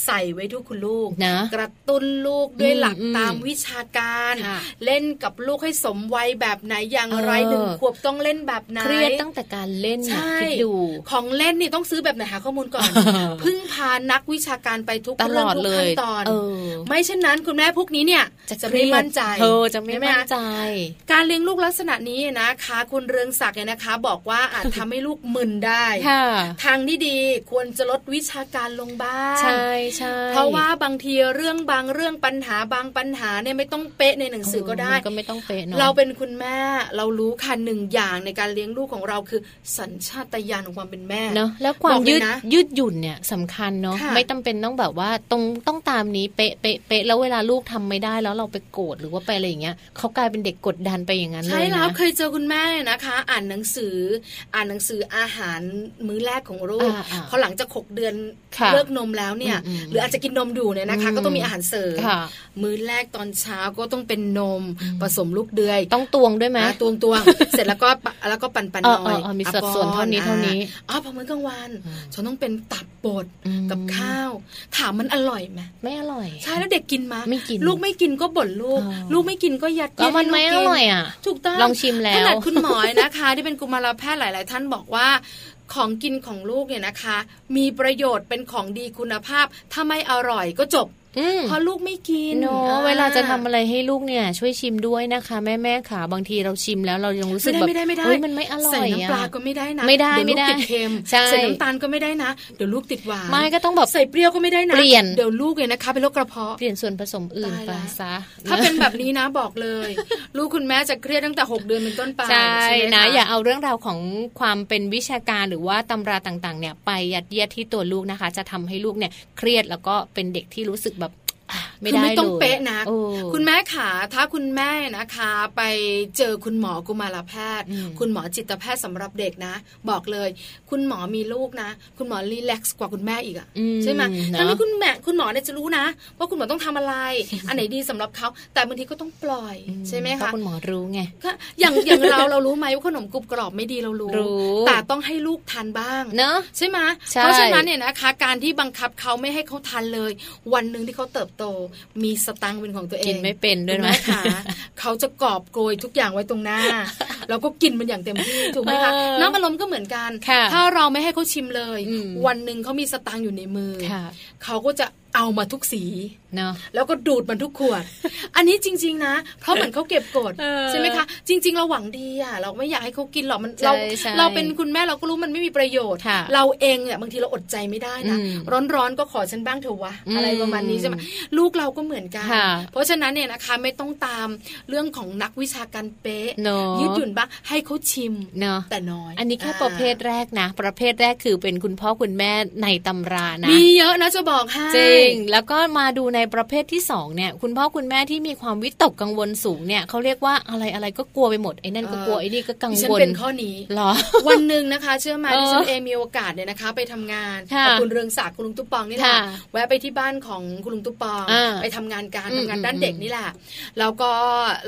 ใส่ไว้ทุกคุณลูก นะ กระตุ้นลูกด้วย อืม หลัก อืม ตามวิชาการ ค่ะ เล่นกับลูกให้สมวัยแบบไหนอย่างไร เออ หนึ่งขวบ ต้องเล่นแบบไหน เครียดตั้งแต่การเล่นนะ ใช่ คิดดู ของเล่นนี่ต้องซื้อแบบไหนหาข้อมูล ก่อน เออ พึ่งพานักวิชาการไปทุก ตลอดเล เรื่องทุกขั้ ย นตอน เออ ไม่เช่นนั้นคุณแม่พวกนี้เนี่ยเคไม่รียด มั่นใจ เธอจะไม่ ใช่ห มั่นใจ การเลี้ยงลูกลักษณะนี้นะคะ คุณเรืองศักดิ์เนี่ยนะคะ บอกว่าอาจทำให้ลูกมึนได้ ค่ะ ทางที่ดีควรจะลดวิชาการลงบ้าง ใช่ใช่ เพราะว่าบางทีเรื่องบางเรื่องปัญหาบางปัญหาเนี่ยไม่ต้องเป๊ะในหนังสือก็ได้ มันก็ไม่ต้องเป๊ะเนาะ เราเป็นคุณแม่เรารู้ค่ะหนึ่งอย่างในการเลี้ยงลูกของเราคือ สัญชาตญาณของความเป็นแม่ เนอะแล้วความ บอกเ ยืด นะ ยืดหยุ่นเนี่ยสำคัญเนาะ ค่ะ ไม่จำเป็นต้องแบบว่าตรงต้องตามนี้เป๊ะเป๊ะเป๊ะแล้วเวลาลูกทำไม่ได้แล้วเราไปโกรธหรือว่าไปอะไรอย่างเงี้ยเขากลายเป็นเด็กกดดันไปอย่างนั้นเลย ใช่ นะ แล้วเคยเจอคุณแม่นะคะ อ่านหนังสือ อ่านหนังสืออาหารมื้อแรกของลูก อ่าอ่า พอหลังจากหกเดือน ค่ะ เลิกนมแล้วเนี่ย อืมอืม หรืออาจจะกินนมอยู่เนี่ยนะคะ อืม ก็ต้องมีอาหารเสริม ค่ะ มื้อแรกตอนเช้าก็ต้องเป็นนมผสมลูกเดือย ต้องตวงด้วยไหม อ่ะตวงตวงๆ เสร็จแล้วก็ปะแล้วก็ปันปันๆห เออ น่อย เออเออมี อ่ะ สัดส่วน ป้อ เท่านี้เท่านี้ อ่ะอ๋อพอมื้อกลางวัน อืม ฉันต้องเป็นตับบด อืม กับข้าว ถามมันอร่อยไหม ไม่อร่อย ใช่แล้วเด็กกินไหม ไม่กิน ลูกไม่กินก็บ่นลูก อ๋อ ลูกไม่กินก็ยัด ก็ เยียด มัน ให้ลูก ไม่อ กิน ร่อยอ่ะ ถูกต้อง ลองชิมแล้ว ขนาดคุณหมอนะคะ ที่เป็นกุมารแพทย์หลาย ๆ ท่านบอกว่า ของกินของลูกเนี่ยนะคะ มีประโยชน์เป็นของดีคุณภาพ ถ้าไม่อร่อยก็จบ อืม เพราะลูกไม่กิน เนาะ อ่ เวลาจะทำอะไรให้ลูกเนี่ย ช่วยชิมด้วยนะคะแม่แม่ขาบางทีเราชิมแล้วเรายังรู้สึ ไม่ ก ได้ แบบ ไม่ได้ไม่ได้ เฮ้ยมันไม่อร่อย ใส่น้ำปลา อะ ก็ไม่ได้นะ ไม่ได้ เยวลูก ไม่ได้ ติดเค็ม ใช่ ใส่น้ำตาลก็ไม่ได้นะ เดี๋ยวลูกติดหวาน ไม่ก็ต้องแบบ ใส่เปรี้ยวก็ไม่ได้นะ เปลี่ยน ยวลูกเนี่ยนะคะเป็นโรคกระเพาะ เปลี่ยนส่วนผสมอื่น ตาย ไป ละ ซะ ถ้าเป็นแบบนี้นะบอกเลย ลูกคุณแม่จะเครียดตั้งแต่หกเดือนเป็นต้นไป ใช่ ไหม นะคะ อย่าเอาเรื่องราวของความเป็นวิชาการหรือว่าตำราต่างๆ เนี่ยไปยัดเยียดที่ตัวลูกนะคะ จะทำให้ลูกเนี่ยเครียดแล้วก็เป็นเด็กที่รู้สึกแบบอ่ะ ไม่ คือ ได้ ไม่ต้อง ลย เป๊ะนะ โอ้ คุณแม่ขาถ้าคุณแม่นะคะ ไปเจอคุณหมอกุมารแพทย์ อืม คุณหมอจิตแพทย์สำหรับเด็กนะ บอกเลย คุณหมอมีลูกนะ คุณหมอรีแลกซ์กว่าคุณแม่อีกอะ อื ใช่ไหม เน ทั้ง อะ ที่คุณแม่คุณหมอเนี่ยจะรู้นะว่าคุณหมอต้องทำอะไร อันไหนดีสำหรับเขาแต่บางทีก็ต้องปล่อย อื ใช่ไหม เพ คะ ราคุณหมอรู้ไง ก็อย่างอย่างเราเรารู้ไหมว่าขนมกรุบกรอบไม่ดีเรารู้ รู้ แต่ต้องให้ลูกทานบ้าง เนอะ ใช่ไหม ใช่ เพราะฉะนั้นเนี่ยนะคะ การที่บังคับเขาไม่ให้เขาทานเลย วันหนึ่งที่เขาเติบโต มีสตังค์เป็นของตัวเอง กินไม่เป็นด้วยไหม ถูกไหมคะเขาจะกอบโกยทุกอย่างไว้ตรง หน้า แล้วก็กินมันอย่างเต็มที่ถูกไหมคะ เออ น้ำอารมณ์ก็เหมือนกัน ค่ะ ถ้าเราไม่ให้เขาชิมเลย อืม วันหนึ่งเขามีสตังค์อยู่ในมือ ค่ะ เขาก็จะเอามาทุกสี เนอะ แล้วก็ดูดมันทุกขวด อันนี้จริง ๆ นะ เพราะเหมือนเขาเก็บกด เออ ใช่ไหมคะ จริง ๆ เราหวังดีอะเราไม่อยากให้เขากินหรอกมัน ใช่ เรา ใช่ เราเป็นคุณแม่เราก็รู้มันไม่มีประโยชน์ ค่ะ เราเองเนี่ยบางทีเราอดใจไม่ได้นะ อืม ร้อนๆก็ขอฉันบ้างเถอะวะ อืม อะไรประมาณนี้ใช่ไหมลูกเราก็เหมือนกัน ค่ะ เพราะฉะนั้นเนี่ยนะคะไม่ต้องตามเรื่องของนักวิชาการเป๊ะ เนอะ ยืดหยุ่นบ้างให้เขาชิม เนอะ แต่น้อย อันนี้แค่ า ประเภทแรกนะ ประเภทแรกคือเป็นคุณพ่อคุณแม่ในตำรานะ มีเยอะนะจะบอกให้ จริง แล้วก็มาดูในประเภทที่สองเนี่ย คุณพ่อคุณแม่ที่มีความวิตกกังวลสูงเนี่ยเขาเรียกว่าอะไรอะไรก็กลัวไปหมดไอ้นั่นก็กลัว เออ ไอ้นี่ก็กัง ดิฉัน วล เป็นข้อนี้ หรอ วันหนึ่งนะคะ เชื่อไหม เออ ดิฉันเองมีโอกาสเนี่ยนะคะ ไปทำงาน ค่ะ กัคุณเรืองศักดิ์คุณลุงตุ๊ปปองนี่แหละ ค่ะ แวะไปที่บ้านของคุณลุงตุ๊ปปอง อ่า ไปทำงานการ อืม ทำงานด้านเด็กนี่แหละแล้วก็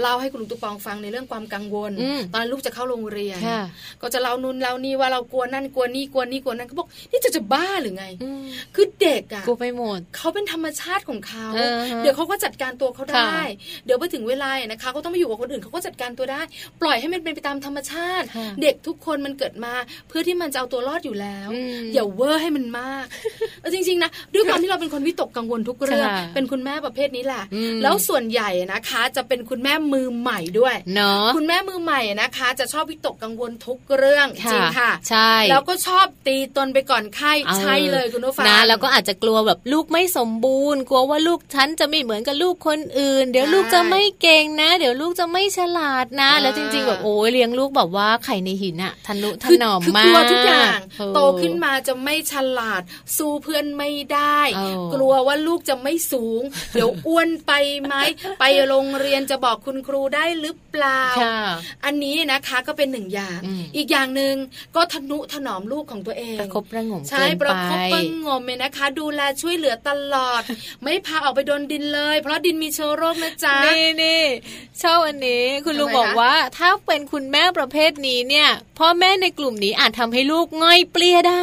เล่าให้คุณลุงตุ๊ปปองฟังในเรื่องความกังวล อืม ตอนนนลูกจะเข้าโรงเรียน ค่ะ ก็จะเล่านู่นเล่านี่ว่าเรากลัวนั่นกลัวนี่กลัวนี่กลัวนั่นก็บอกนี่จะจะบ้าหรือไง อืม คือเด็กอ่ะ กลัวไปหมด เขาเป็นธรรมชาติของเขา เออฮะ เดี๋ยวเขาก็จัดการตัวเขาได้ ค่ะ เดี๋ยวพอถึงเวลาเนี่ยนะคะเขาต้องไปอยู่กับคนอื่นเขาก็จัดการตัวได้ ปล่อยให้มันเป็นไปตามธรรมชาติ ค่ะ เด็กทุกคนมันเกิดมา เพื่อที่มันจะเอาตัวรอดอยู่แล้ว อืม อย่าเวอร์ให้มันมาก เอาจริงๆนะด้วยความที่เราเป็นคนวิตกกังวลทุกเรื่อง ค่ะ เป็นคุณแม่ประเภทนี้แหละ อืม แล้วส่วนใหญ่นะคะ จะเป็นคุณแม่มือใหม่ด้วย เนาะ คุณแม่มือใหม่นะคะ จะชอบวิตกกังวลทุกเรื่องจริงค่ะ ใช่ แล้วก็ชอบตีตนไปก่อนไข้ ออ ใช่เลยคุณโนฟัง นะแล้วก็อาจจะกลัวแบบลูกไม่สมบูรณ์ กลัวว่าลูกฉันจะไม่เหมือนกับลูกคนอื่น เดี๋ยว ใช่ ลูกจะไม่เก่งนะ เดี๋ยวลูกจะไม่ฉลาดนะ อ่า แล้วจริงๆแบบโอ้ยเลี้ยงลูกแบบว่าไข่ในหินอะทะนุถ คื นอม คื มาก กลัวทุกอย่าง เออ โตขึ้นมาจะไม่ฉลาด สู้เพื่อนไม่ได้ เออก ลัวว่าลูกจะไม่สู ง เดี๋ยวอ้วนไปไหม ไปโรงเรียนจะบอกคุณครูได้หรือเปล่า ค่ะ อันนี้นะคะก็เป็นหนึ่งอย่าง อืม อีกอย่างหนึ่งก็ทนุถนอมลูกของตัวเอง ประคบประหงม ใช่ เกิน ประคบ ไป ประหงมเนี่ยนะคะ ดูแลช่วยเหลือตลอด ไม่พาออกไปโดนดินเลย เพราะดินมีเชื้อโรคนะจ๊ะ นี่นี่ชอบอันนี้คุณลุง ทำไมคะ บอกว่าถ้าเป็นคุณแม่ประเภทนี้เนี่ยพ่อแม่ในกลุ่มนี้อาจทำให้ลูกง่อยเปลี้ยได้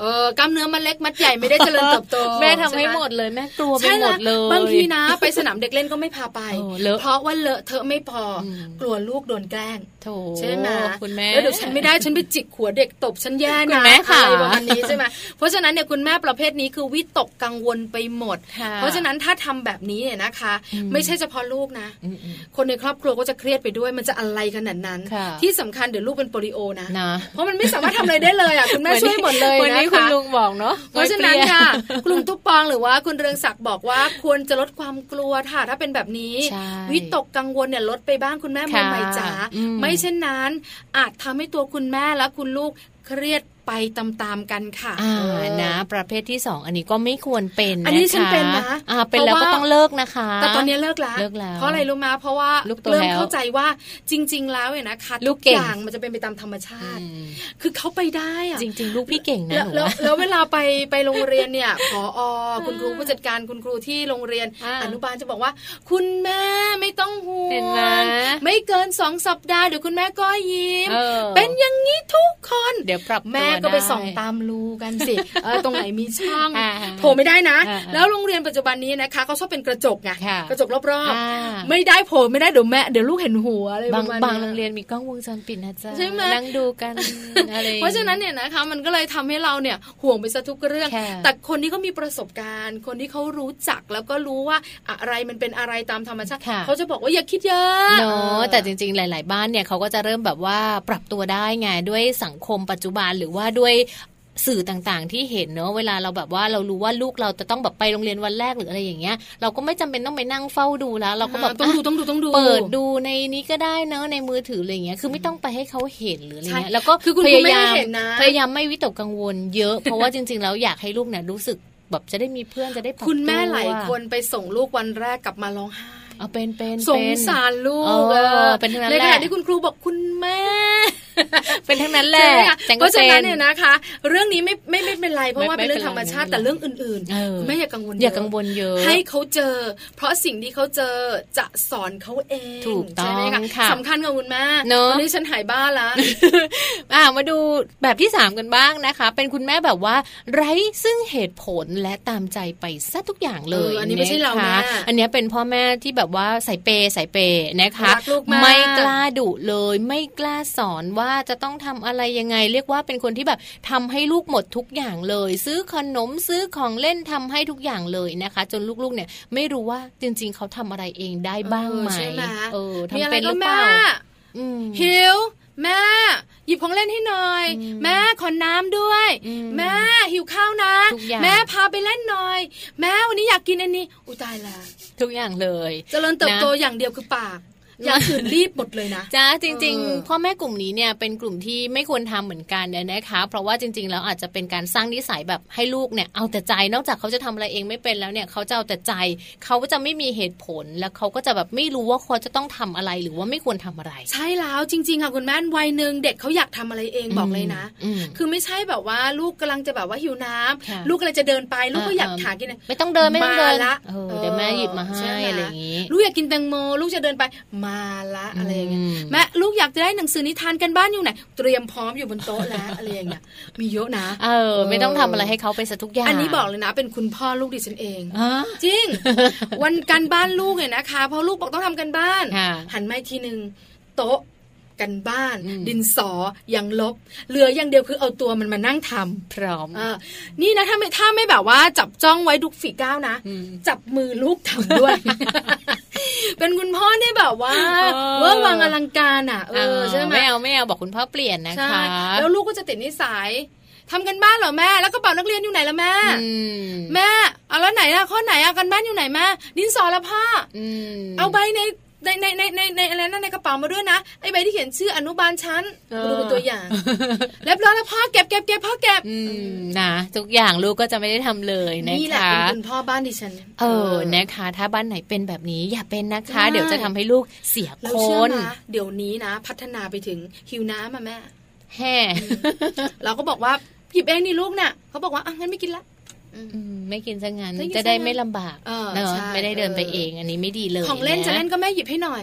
เออกล้ามเนื้อมันเล็กมัดใหญ่ไม่ได้เจริญเติบโต แม่ทำให้ ช่ไ หมดเลยแม่กลัวไป ใช่ หมดเลย บางทีนะ ไปสนามเด็กเล่นก็ไม่พาไป โอ้เลอะ เพราะว่าเลอะเทอะไม่พออ ม กลัวลูกโดนแกล้ง โถ ใช่ไหม คุณแม่ แล้วเดี๋ยวฉันไม่ได้ฉันไปจิกหัวเด็กตบฉันแย่ คุณ นะ แม่ค่ะ อะไรประมาณนี้ใช่ไหมเพราะฉะนั้นเนี่ยคุณแม่ประเภทนี้คือวิตกกังวลไปหมด ค่ะ เพราะฉะนั้นถ้าทำแบบนี้เนี่ยนะคะ อืม ไม่ใช่เฉพาะลูกนะ อืมอืม คนในครอบครัวก็จะเครียดไปด้วยมันจะอะไรขนาดนั้น ค่ะ ที่สำคัญเดี๋ยวลูกเป็นโปลิโอนะ นะ เพราะมันไม่สามารถทำอะไรได้เลยอ่ะคุณแม่ช่วยหมดเลยนะคะ วันนี้คุณลุงบอกเนาะ เพราะฉะนั้น ง่อยเปรี้ย ค่ะ คุณลุงตุ๊กปองหรือว่าคุณเรืองศักดิ์บอกว่าควรจะลดความกลัวค่ะถ้าเป็นแบบนี้ ใช่ วิตกกังวลเนี่ยลดไปบ้างคุณแม่มือใหม่จ๋า ค่ะอืม ไม่เช่นนั้น อาจทำให้ตัวคุณแม่และคุณลูกเครียดไปตามๆกันค่ะ อ่ เอา อ นะ ประเภทที่สองอันนี้ก็ไม่ควรเป็น อันนี้ ะ ฉัน คะ เป็นนะ อ่าเป็นแล้ว เพ ก็ ราะว่า ต้องเลิกนะคะ แต่ตอนนี้เลิกละ เลิกแล้ว เพราะอะไรรู้มาเพราะว่า ลูกโต เริ่ม แล้ว เข้าใจว่าจริง ๆ แล้วเนี่ยนะคะ ลูกเก่ง ทุอย่างมันจะเป็นไปตามธรรมชา อื ติ ม คือเขาไปได้อะ จริง ๆ ลูกพี่เก่งนะ แล้ว หนูว่าแล้วแล้วเวลาไปไปโรงเรียน เนี่ย พออคุณครูผู้จัดการคุณครูที่โรงเรียน อ่า อนุบาลจะบอกว่า คุณแม่ไม่ต้องห่ว เห็น ง ไหม ไม่เกินสองสัปดาห์เดี๋ยวคุณแม่ก็ยิ้ม เออ เป็นอย่างนี้ทุกคน เดี๋ยวปรับตัว แม่ก็ไป ด้ ส่องตามรูกันสิเออตรงไหนมีช่อง อ่า โผล่ไม่ได้นะ อ่า แล้วโรงเรียนปัจจุบันนี้นะคะเขาชอบเป็นกระจกไง ค่ะ กระจกรอบ อ่า ๆไม่ได้โผล่ไม่ได้เดี๋ยวแม่เดี๋ยวลูกเห็นหัวอะไรป บาง ระมาณ บาง ย โรงเรียนมีกล้องวงจรปิดนะจ๊ะ ใช่ไหม นั่งดูกัน อะไร เพราะฉะนั้นเนี่ยนะคะมันก็เลยทำให้เราเนี่ยห่วงไปซะทุกเรื่อง ค่ะ แต่คนที่เขามีประสบการณ์ คนที่เขารู้จักแล้วก็รู้ว่าอะไรมันเป็นอะไรตามธรรมชาติ ค่ะ เขาจะบอกว่าอย่าคิดเยอะ เนาะแต่จ เออ ริงๆ หลาย ๆ บ้านเนี่ยเขาก็จะเริ่มแบบว่าปรับตัวได้ไงด้วยสังคมปัจจุบันหรือว่าด้วยสื่อต่างๆ ที่เห็นเนอะเวลาเราแบบว่าเรารู้ว่าลูกเราจะต้องแบบไปโรงเรียนวันแรกหรืออะไรอย่างเงี้ย เราก็ไม่จำเป็นต้องไปนั่งเฝ้าดูแล้วเราก็แบบ ต้องดู ะ ต้องดูต้องดู เปิดดูในนี้ก็ได้เนอะในมือถืออะไรอย่างเงี้ยคือไม่ต้องไปให้เขาเห็นหรืออะไรเงี้ย ใช่ แล้วก็ คือคุณ พ ครูไม่ ยา ให้ ยาม เห็นนะ พยายามไม่วิตกกังวลเยอะ เพราะว่าจริง ๆ แล้วอยากให้ลูกเนี่ยรู้สึก แบบจะได้มีเพื่อนจะได้ปรับ คุณแม่ ตัว หลายคนไปส่งลูกวันแรกกลับมาร้องไห้ เอาเป็นเป็น สง เป็น สารลูก เออ ออ เป็นทั้งนั้น ในข แห ณะ ละ ที่คุณครูบอกคุณแม่ เป็นทั้งนั้นแหละ ใช่ค่ แต่ง เพ ก็ ราะฉะนั้น ป็ เนี่ยนะคะ เรื่องนี้ไม่ไม่ไม่เป็นไร เพราะว่า ไม่ เป็นเรื่องธรรมชาติ ไม่เป็นไร แต่เรื่องอื่น เออ คุณแม่อย่ากังวล อย่ากังวลเย เย อะ อะให้เขาเจอ เพราะสิ่งที่เขาเจอจะสอนเขาเอง ถูกต้อง ใช่ไหม ค่ะ สำคัญกับคุณแม่ เนอะ วันนี้ฉันหายบ้าละ อ่ะมาดูแบบที่ 3 กันบ้างนะคะ เป็นคุณแม่แบบว่า ไร้ซึ่งเหตุผลและตามใจไปซะทุกอย่างเลย เอออันนี้ไม่ใช่เรานะ คอันเนี้ยเป็นพ่อแม่ที่แบบว่าใส่เปย์ใส่เปย์นะคะ รักลูกมาก ไม่กล้าดุเลย ไม่กล้าสอนว่าจะต้องทำอะไรยังไง เรียกว่าเป็นคนที่แบบทำให้ลูกหมดทุกอย่างเลย ซื้อขนมซื้อของเล่นทำให้ทุกอย่างเลยนะคะ จนลูกๆเนี่ยไม่รู้ว่าจริง ๆ เขาทำอะไรเองได้บ้างไหม เออใช่ไหม เออ มีทำอะไร เป็นห ก็ รือเป แม่ ล่าอืม หิวแม่ หยิบของเล่นให้หน่อย อืม แม่ขอน้ำด้วย อืม แม่หิวข้าวนะ ทุกอย่าง แม่พาไปเล่นหน่อย แม่วันนี้อยากกินอันนี้อุยตายละ ทุกอย่างเลย เจริญเติบโตอย่างเดียวคือปาก อย่างอื่นรีบหมด เลยนะ จ้าจริง เออ ๆ พ่อแม่กลุ่มนี้เนี่ยเป็นกลุ่มที่ไม่ควรทำเหมือนกันเนี่ยนะคะ เพราะว่าจริง ๆ แล้วอาจจะเป็นการสร้างนิสัยแบบให้ลูกเนี่ยเอาแต่ใจนอกจากเขาจะทำอะไรเองไม่เป็นแล้วเนี่ยเขาจะเอาแต่ใจ เขาก็จะไม่มีเหตุผลแล้วเขาก็จะแบบไม่รู้ว่าควรจะต้องทำอะไรหรือว่าไม่ควรทำอะไร ใช่แล้วจริง ๆ ค่ะคุณแม่วัยหนึ่งเด็กเขาอยากทำอะไรเองบอกเลยนะ อืม คือไม่ใช่แบบว่าลูกกำลังจะแบบว่าหิวน้ำ ค่ะ ลูกกำลังจะเดินไปลูกก็อยาเหกากินอะไร ไม่ต้องเดินไม่ต้องเดิน มาละ เออเดี๋ยวแม่หยิบมาให้ ช่ไม อะไรอย่างนี้ ลูกอยากกินแตงโม ลูกจะเดินไปมาละอะไรอย่างเงี้ย อืม แม่ลูกอยากจะได้หนังสือนิทานกันบ้านอยู่ไหนเตรียมพร้อมอยู่บนโต๊ะแล้วอะไรอย่างเงี้ยมีเยอะนะ เออ ไม่ต้องทำอะไรให้เขาไปซะทุกอย่าง อันนี้บอกเลยนะ เป็นคุณพ่อลูกดิฉันเอง อ่ะ จริง วันการบ้านลูกเนี่ยนะคะเพราะลูกบอกต้องทำกันบ้าน ค่ะ หันมาอีกทีหนึ่งโต๊ะกันบ้าน อืม ดินสอยังลบ เหลืออย่างเดียวคือเอาตัวมันมานั่งทำ พร้อม เออนี่นะถ้าไม่ถ้าไม่แบบว่าจับจ้องไว้ทุกฝีก้าวนะ อืม จับมือลูกทำด้วย เป็นคุณพ่อเนี่ยแบบว่า เออ เว่าวางอลังการอ่ะเออใช่ไหม ไม่เอาไม่เอาบอกคุณพ่อเปลี่ยนนะ ใช่ คะ แล้วลูกก็จะติดนิสัยทำกันบ้านเหรอแม่ แล้วกระเป๋านักเรียนอยู่ไหนละแม่ อืม แม่เอาแล้วไหนล่ะข้อไหนเอากันบ้านอยู่ไหนแม่ดินสอละพ่อ อืม อเอาใบในในในในในในอะไรนั่นในกระเป๋ามาด้วยนะไอใบที่เขียนชื่ออนุบาลชั้น เออ มาดูเป็นตัวอย่างเรียบร้อยแล้วพ่อเก็บเก็บเก็บพ่อเก็บ อืมนะทุกอย่างลูกก็จะไม่ได้ทำเลยนะ นี่แหละ คะ เป็นคุณพ่อบ้านดิฉัน เออนะคะ ถ้าบ้านไหนเป็นแบบนี้อย่าเป็นนะคะ ใช่ เดี๋ยวจะทำให้ลูกเสีย เรา ค เชื่อน นะเดี๋ยวนี้นะ พัฒนาไปถึงหิวน้ำมาแม่ แห่ เราก็บอกว่าหยิบเองนี่ลูกน่ะเขาบอกว่าอ่ะงั้นไม่กินละ อืมไม่กินซะงั้น ไม่กินซะงั้น จะได้ไม่ลำบาก เออ เนอะ ใช่ ไม่ได้เดินไปเองอันนี้ไม่ดีเลย ของเล่นจะเล่น นะ ก็แม่หยิบให้หน่อย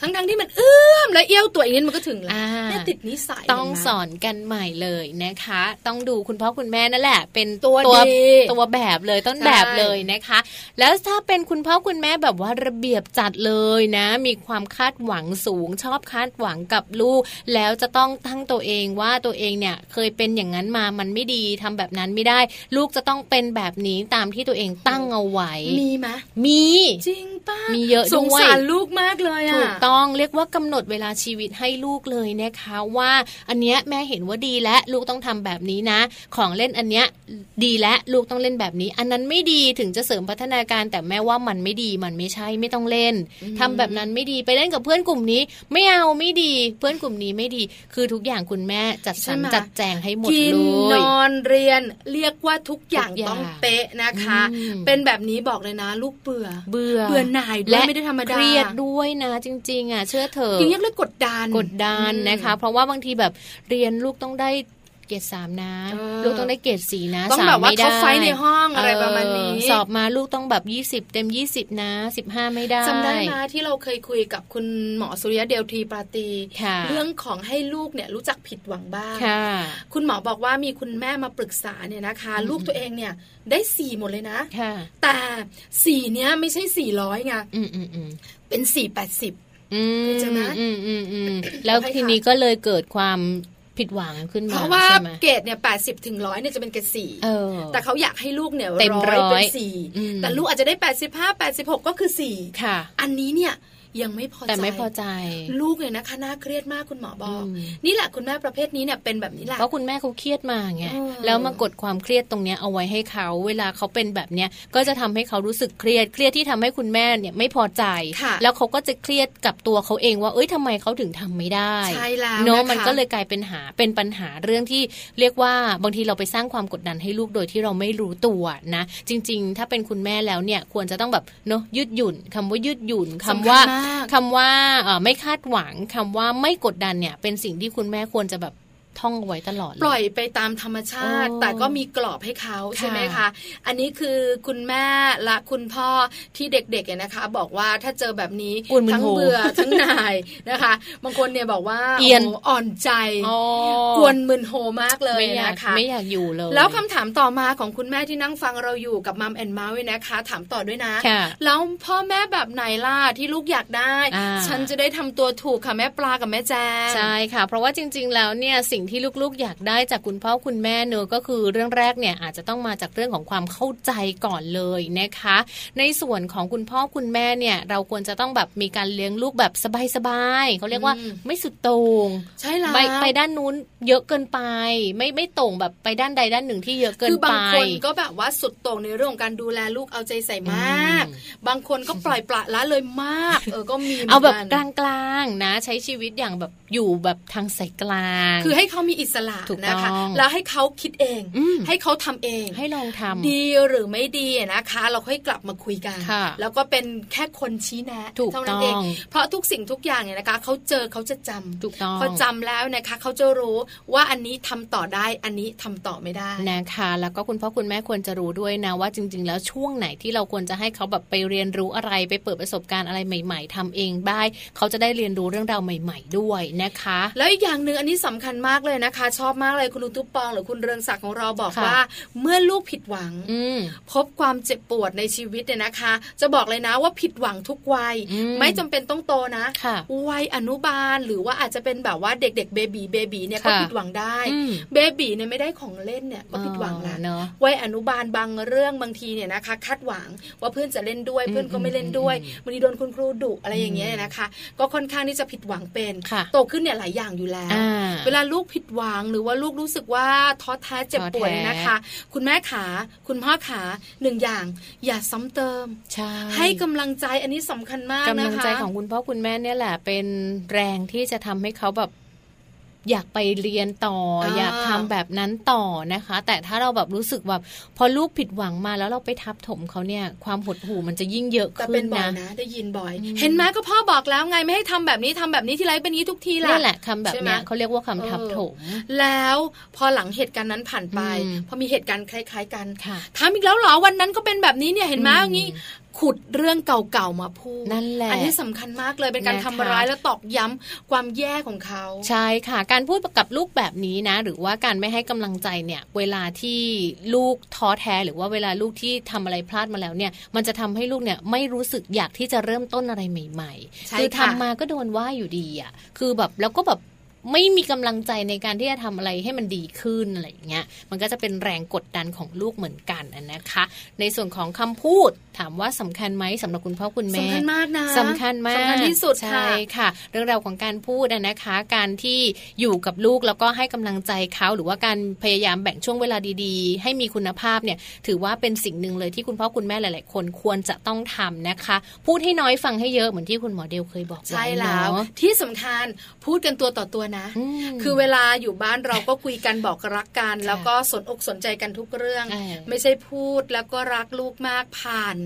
ทั้งๆที่มันเอื้อมและเอี้ยวตัวอย่างนี้มันก็ถึงแล้ว อ่า เนี่ยติดนิสัย ต้อง เลยนะ สอนกันใหม่เลยนะคะ ต้องดูคุณพ่อคุณแม่นั่นแหละ เป็น ตัว ตัว ดี ตัวแบบเลยต้น ใช่ แบบเลยนะคะ แล้วถ้าเป็นคุณพ่อคุณแม่แบบว่าระเบียบจัดเลยนะ มีความคาดหวังสูง ชอบคาดหวังกับลูก แล้วจะต้องตั้งตัวเองว่าตัวเองเนี่ยเคยเป็นอย่างนั้นมามันไม่ดีทำแบบนั้นไม่ได้ ลูกจะต้องเป็นแบบนี้ตามที่ตัวเองตั้งเอาไว้ มีไหมย มี จริงป้า มี มี เยอะด้วย สงสารลูกมากเลยอ่ะ ถูกต้องเรียกว่ากำหนดเวลาชีวิตให้ลูกเลยนะคะ ว่าอันเนี้ยแม่เห็นว่าดีและลูกต้องทำแบบนี้นะ ของเล่นอันเนี้ยดีและลูกต้องเล่นแบบนี้ อันนั้นไม่ดีถึงจะเสริมพัฒนาการ แต่แม่ว่ามันไม่ดีมันไม่ใช่ไม่ต้องเล่นทำแบบนั้นไม่ดีไปเล่นกับเพื่อนกลุ่มนี้ ไม่เอาไม่ดีเพื่อนกลุ่มนี้ไม่ดี คือทุกอย่างคุณแม่จัดสรร ใช่ไหม จัดแจงให้หมด กิน เลย นอนเรียนเรียกว่าทุกอย่าง ทุกอย่าง ต้องเป๊ะนะคะ อืม เป็นแบบนี้บอกเลยนะ ลูกเบื่อ เบื่อ เบื่อหน่ายด้วย และ ไม่ได้ธรรมดา เครียดด้วยนะจริง ๆ อ่ะ เชื่อเถอะ ยังเรียกเรื่องกดดัน กดดัน อืม นะคะ เพราะว่าบางทีแบบเรียนลูกต้องได้เกรดสามนะ เออ ลูกต้องได้เกรดสี่นะ ต้อง สม แบบว่า ไม่ ท็ ได้ อปไฟว์ในห้องอะไรประมาณนี้ เออสอบมาลูกต้องแบบยี่สิบ20 เต็มยี่สิบนะสิบห้าไม่ได้ จำได้ไหมที่เราเคยคุยกับคุณหมอสุริยะเดลทีปราตรี ค่ะ เรื่องของให้ลูกเนี่ยรู้จักผิดหวังบ้าง ค่ะ คุณหมอบอกว่ามีคุณแม่มาปรึกษาเนี่ยนะคะ อืม ลูกตัวเองเนี่ยได้สี่หมดเลยนะ ค่ะ แต่สี่เนี้ยไม่ใช่สี่ร้อยไง อืมอืมอืม เป็นสี่แปดสิบ อืม คือจะนะ อืมอืมอืมแล้ว ขออภัยค่ะ ทีนี้ก็เลยเกิดความผิดหวังขึ้น เพ มา ราะว่า ใช่ไหม เกรดเนี่ยแปดสิบถึงร้อยเนี่ยจะเป็นเกรดสี่ เออ แต่เขาอยากให้ลูกเนี่ย เต็มร้อย เป็นสี่ อืม แต่ลูกอาจจะได้แปดสิบห้าแปดสิบหกก็คือสี่ ค่ะ อันนี้เนี่ย ยังไม่พอใจ แต่ไม่พอใจ ลูกเนี่ยนะคะน่าเครียดมากคุณหมอบอก อืม นี่แหละคุณแม่ประเภทนี้เนี่ยเป็นแบบนี้แหละ เพราะคุณแม่เขาเครียดมาไง เออ แล้วมากดความเครียดตรงเนี้ยเอาไว้ให้เขา เวลาเขาเป็นแบบเนี้ยก็จะทำให้เขารู้สึกเครียดเครียดที่ทำให้คุณแม่เนี่ยไม่พอใจ ค่ะ แล้วเขาก็จะเครียดกับตัวเขาเองว่าเอ้ยทำไมเขาถึงทำไม่ได้ ใช่แล้ว เนาะ นะคะ มันก็เลยกลายเป็นหาเป็นปัญหาเรื่องที่เรียกว่าบางทีเราไปสร้างความกดดันให้ลูกโดยที่เราไม่รู้ตัวนะ จริง ๆ ถ้าเป็นคุณแม่แล้วเนี่ยควรจะต้องแบบเนาะยืดหยุ่นคำว่ายืดหยุ่นคำ สำ ว่า ญมก คำว่าเอ่อไม่คาดหวังคำว่าไม่กดดันเนี่ย เป็นสิ่งที่คุณแม่ควรจะแบบท่องเอาไว้ตลอดเ ปล่อยไปตามธรรมชาติ โอ้ แต่ก็มีกรอบให้เขาใช่ไหมคะ ค่ะ อันนี้คือคุณแม่และคุณพ่อที่เด็กๆเนี่ยนะคะ บอกว่าถ้าเจอแบบนี้ อุ่นมึน ทั้ง โห เบื่อทั้งหนายนะคะ บางคนเนี่ยบอกว่า เอียน โโหอ่อนใจ อ๋อก วนมึนโหมากเลย ไม่อยาก นะคะ ไม่อยากอยู่เลย แล้วคำถามต่อมาของคุณแม่ที่นั่งฟังเราอยู่กับมัมแอนเมาส์นะคะ ถามต่อด้วยนะ ค่ะ แล้วพ่อแม่แบบไหนล่ะที่ลูกอยากได้ อ่า ฉันจะได้ทำตัวถูกค่ะแม่ปลากับแม่แจง ใช่ค่ะ เพราะว่าจริง ๆ แล้วเนี่ยสิ่งที่ลูกๆ อยากได้จากคุณพ่อคุณแม่เนอะก็คือเรื่องแรกเนี่ยอาจจะต้องมาจากเรื่องของความเข้าใจก่อนเลยนะคะ ในส่วนของคุณพ่อคุณแม่เนี่ยเราควรจะต้องแบบมีการเลี้ยงลูกแบบสบายๆเขาเรียกว่า อืม ไม่สุดโต่ง ใช่แล้ว ไปไปด้านนู้นเยอะเกินไป ไม่ไม่ตรงแบบไปด้านใดด้านหนึ่งที่เยอะเกิน คือบา ไป งคนก็แบบว่าสุดโต่งในเรื่องของการดูแลลูกเอาใจใส่มาก อืม บางคนก็ปล่อยปละละเลยมาก เออก็มีหมืนน เอาแบบกลางๆนะ ใช้ชีวิตอย่างแบบอยู่แบบทางสายกลาง คือให้เขามีอิสระ ถูกต้อง นะคะ แล้วให้เขาคิดเอง อืม ให้เขาทำเอง ให้ลองทำ ดีหรือไม่ดีอะนะคะ เราค่อยกลับมาคุยกัน ค่ะ แล้วก็เป็นแค่คนชี้แนะ ถูก เท่านั้นเอง ต้อง เพราะทุกสิ่งทุกอย่างเนี่ยนะคะเขาเจอเขาจะจำ ถูกต้อง พอจำแล้วนะคะเขาจะรู้ว่าอันนี้ทำต่อได้อันนี้ทำต่อไม่ได้ นะคะแล้วก็คุณพ่อคุณแม่ควรจะรู้ด้วยนะว่าจริง ๆ แล้วช่วงไหนที่เราควรจะให้เขาแบบไปเรียนรู้อะไรไปเปิดประสบการณ์อะไรใหม่ ๆทำเองได้เขาจะได้เรียนรู้เรื่องราวใหม่ ๆ ด้วยนะคะ แล้วอีกอย่างหนึ่งอันนี้สำคัญมากเลยนะคะ ชอบมากเลยคุณลุงตุ๊ปปอง หรือคุณเรืองศักดิ์ของเราบอก ค่ะ ว่า เมื่อลูกผิดหวัง อืม พบความเจ็บปวดในชีวิตเนี่ยนะคะ จะบอกเลยนะว่าผิดหวังทุกวัย อืม ไม่จำเป็นต้องโตนะ ค่ะ วัยอนุบาลหรือว่าอาจจะเป็นแบบว่าเด็กๆเบบีเบบีเนี่ยก็ ค่ะ ผิดหวังได้ อืม เบบีเนี่ยไม่ได้ของเล่นเนี่ยก็ผิดหวังละ เนอะ วัยอนุบาลบางเรื่องบางทีเนี่ยนะคะคาดหวังว่าเพื่อนจะเล่นด้วย อืม เพื่อนก็ไม่เล่นด้วย อืม บางทีโดนคุณครูดุอะไรอย่างเงี้ยเนี่ยนะคะ ก็ค่อนข้างที่จะผิดหวังเป็น ค่ะ โตขึ้นเนี่ยหลายอย่างอยู่แล้ว อ่า เวลาลูกผิดหวังหรือว่าลูกรู้สึกว่าท้อแท้เจ็บ ท้อแท้ ปวดเนี่ยนะคะ คุณแม่ขาคุณพ่อขาหนึ่งอย่าง อย่าซ้ำเติม ใช่ ให้กำลังใจอันนี้สำคัญมาก กำ นะ ลัง คะ ใจของคุณพ่อคุณแม่เนี่ยแหละ เป็นแรงที่จะทำให้เขาแบบ อยากไปเรียนต่อ อ่า อยากทำแบบนั้นต่อนะคะ แต่ถ้าเราแบบรู้สึกแบบพอลูกผิดหวังมาแล้วเราไปทับถมเขาเนี่ย ความหดหู่มันจะยิ่งเยอะ แต่ ขึ้ เป็น นบ่อย นะ นะ ได้ยินบ่อย อืม เห็นไหมก็พ่อบอกแล้วไงไม่ให้ทำแบบนี้ทำแบบนี้ที่ไรเป็นอย่างนี้ทุกที นี่ ละ แหละคำแบบเนี้ย ใช่ไหม เขาเรียกว่าคำทับถม แล้วพอหลังเหตุการณ์นั้นผ่านไป อืม พอมีเหตุการณ์คล้าย ๆ กัน ค่ะ ถามอีกแล้วเหรอวันนั้นก็เป็นแบบนี้เนี่ยเห็นไหม อืม อย่างนี้ ขุดเรื่องเก่าๆมาพูด นั่นแหละ อันนี้สำคัญมากเลยเป็นการ นะคะ ทำร้ายและตอกย้ำความแย่ของเขา ใช่ค่ะ การพูดกับลูกแบบนี้นะ หรือว่าการไม่ให้กำลังใจเนี่ย เวลาที่ลูกท้อแท้หรือว่าเวลาลูกที่ทำอะไรพลาดมาแล้วเนี่ย มันจะทำให้ลูกเนี่ยไม่รู้สึกอยากที่จะเริ่มต้นอะไรใหม่ ใช่ ๆคือทำ ค่ะ มาก็โดนว่าอยู่ดีอ่ะคือแบบแล้วก็แบบไม่มีกำลังใจในการที่จะทำอะไรให้มันดีขึ้นอะไรอย่างเงี้ยมันก็จะเป็นแรงกดดันของลูกเหมือนกันอะนะคะ ในส่วนของคำพูดถามว่าสำคัญไหมสำหรับคุณพ่อคุณแม่ สำคัญมากนะ สำคัญมาก สำคัญที่สุดค่ะ ใช่ค่ะ เรื่องราวของการพูดอะนะคะ การที่อยู่กับลูกแล้วก็ให้กำลังใจเขาหรือว่าการพยายามแบ่งช่วงเวลาดีๆ ให้มีคุณภาพเนี่ย ถือว่าเป็นสิ่งหนึ่งเลยที่คุณพ่อคุณแม่หลาย ๆ คนควรจะต้องทำนะคะ พูดให้น้อยฟังให้เยอะเหมือนที่คุณหมอเดลเคยบอกไว้ ใช่แล้ว เนอะ ที่สำคัญพูดกันตัวต่อตัวนะ ม คือเวลาอยู่บ้านเราก็คุยกันบอกรักกัน ค่ะ แล้วก็สนอกสนใจกันทุกเรื่อง เออ ไม่ใช่พูดแล้วก็รักลูกมากผ่าน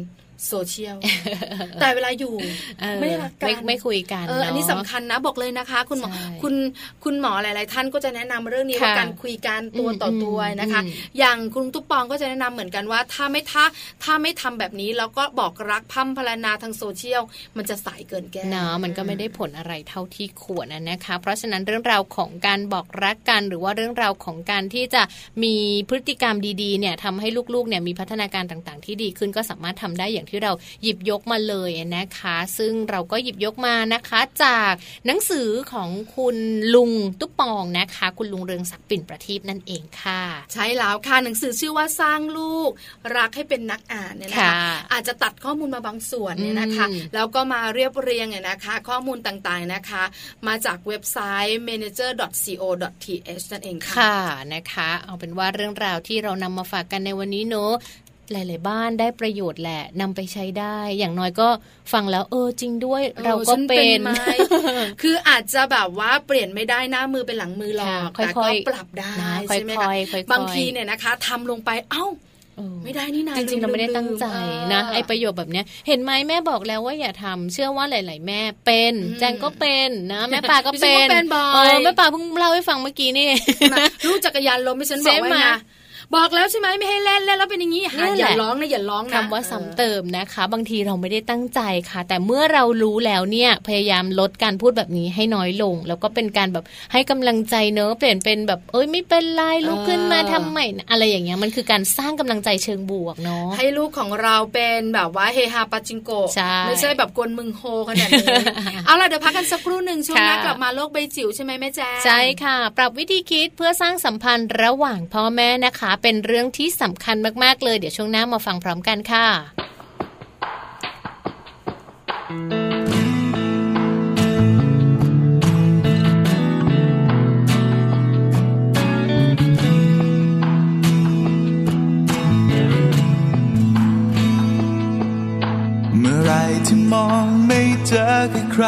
โซเชีย ล แต่เวลาอยู่ เออ ไม่รักกัน ไม่ไม่คุยกัน เอออันนี้ เนอะ สำคัญนะบอกเลยนะคะ คุณหมอ ใช่ คุณคุณหมอหลาย ๆ ท่านก็จะแนะนำเรื่องนี้ ค่ะ ว่าการคุยกันตัวต่ออ ม ตัวนะคะ อืม อย่างคุณตุ๊ปปองก็จะแนะนำเหมือนกันว่า ถ้าไม่ถ้าถ้าไม่ทำแบบนี้แล้วก็บอกรักพร่ำพรรณนาทางโซเชียลมันจะสายเกินแก้ เนาะมันก็ไม่ได้ผลอะไรเท่าที่ควรนะนะคะ เพราะฉะนั้นเรื่องราวของการบอกรักกัน หรือว่าเรื่องราวของการที่จะมีพฤติกรรมดีๆเนี่ยทำให้ลูกๆเนี่ยมีพัฒนาการต่างๆ ที่ดีขึ้นก็สามารถทำได้อย่าง อย่างที่เราหยิบยกมาเลยนะคะ ซึ่งเราก็หยิบยกมานะคะ จากหนังสือของคุณลุงตุ๊ปปองนะคะ คุณลุงเรืองศักดิ์ปิ่นประทีปนั่นเองค่ะ ใช่แล้วค่ะหนังสือชื่อว่าสร้างลูก รักให้เป็นนักอ่านเนี่ยนะคะ ค่ะ อาจจะตัดข้อมูลมาบางส่วนเนี่ยนะคะ อืม แล้วก็มาเรียบเรียงเนี่ยนะคะ ข้อมูลต่างๆนะคะ มาจากเว็บไซต์ manager.co.th นั่นเองค่ะ ค่ะนะคะ เอาเป็นว่าเรื่องราวที่เรานำมาฝากกันในวันนี้เนอะหลาย ๆ บ้านได้ประโยชน์แหละนำไปใช้ได้ อย่างน้อยก็ฟังแล้วเออจริงด้วย ออ เราก็ ฉั เป็น ไหม คืออาจจะแบบว่าเปลี่ยนไม่ได้หน้ามือเป็นหลังมือหรอก ค่ะ แต่ ค่ ก็ อยๆ ปรับได้ นะ ใช่ไหม ค่ คะ อยๆค่อยๆ บางทีเนี่ยนะคะทำลงไปเอ้า เออ ไม่ได้นี่นา จริง ๆ เราไม่ได้ตั้งใจนะไอประโยชน์แบบเนี้ยเห็นไหมแม่บอกแล้วว่าอย่าทำเชื่อว่าหลาย ๆ แม่เป็น แจงก็เป็น นะ แม่ปาก็ ดิฉันก็เป็นบ่อย เออแม่ปาเพิ่งเล่าให้ฟังเมื่อกี้นี่ นะลูกจักรยานล้มไม่ฉันบอก ใช่ ไว้ ไหม นะบอกแล้วใช่ไหมไม่ให้เล่นเล่นแล้วเป็นอย่างนี้ นั่ หาน แหละ อย่าร้องนะอย่าร้องนะ คำว่าซ้ำ เออ เติมนะคะ บางทีเราไม่ได้ตั้งใจค่ะ แต่เมื่อเรารู้แล้วเนี่ยพยายามลดการพูดแบบนี้ให้น้อยลง แล้วก็เป็นการแบบให้กำลังใจเนอะเปลี่ยนเป็นแบบเอ้ยไม่เป็นไรลุกขึ้นมาทำใหม่นะอะไรอย่างเงี้ยมันคือการสร้างกำลังใจเชิงบวกเนาะ ให้ลูกของเราเป็นแบบว่าเฮฮาปาจิงโกะ ใช่ ไม่ใช่แบบกวนมึงโฮขนาด นี้ เอาล่ะเดี๋ยวพักกันสักครู่หนึ่งช่วงหน้า ค่ะ กลับมาโลกใบจิ๋วใช่ไหมแม่แจ้ง ใช่ค่ะ ปรับวิธีคิดเพื่อสร้างสัมพันธ์ระหว่างพ่อแม่นะคะ เป็นเรื่องที่สำคัญมากๆเลยเดี๋ยวช่วงหน้ามาฟังพร้อมกันค่ะ เมื่อไหรที่มองไม่เจอคือใคร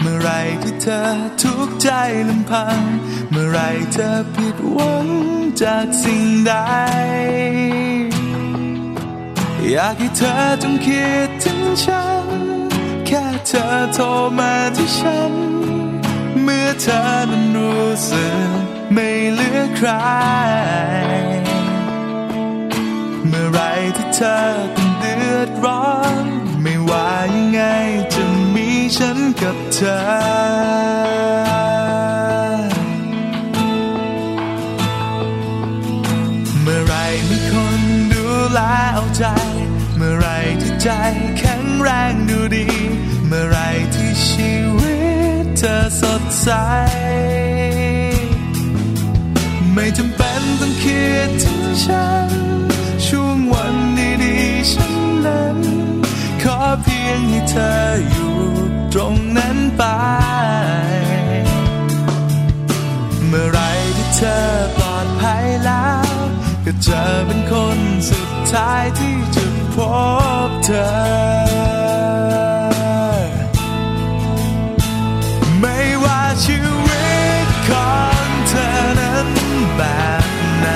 เมื่อไหรที่เธอทุกข์ใจลำพัง เมื่อไหรเธอผิดหวังจากสิ่งใด อยากให้เธอจงคิดถึงฉัน แค่เธอโทรมาที่ฉัน เมื่อเธอนั้นรู้สึกไม่เหลือใคร เมื่อไหรที่เธอต้องเดือดร้อน ไม่ว่ายังไงจะมีฉันกับเธอ เมื่อไหรมีคนดูแลเอาใจ เมื่อไหรที่ใจแข็งแรงดูดี เมื่อไหรที่ชีวิตเธอสดใส ไม่จำเป็นต้องคิดถึงฉัน ช่วงวันดีๆฉันนั้น ขอเพียงให้เธออยู่ตรงนั้นไป เมื่อไหรที่เธอปลอดภัยแล้ว ก็เจอเป็นคนสุดท้ายที่จะพบเธอ ไม่ว่าชีวิตของเธอนั้นแบบไหน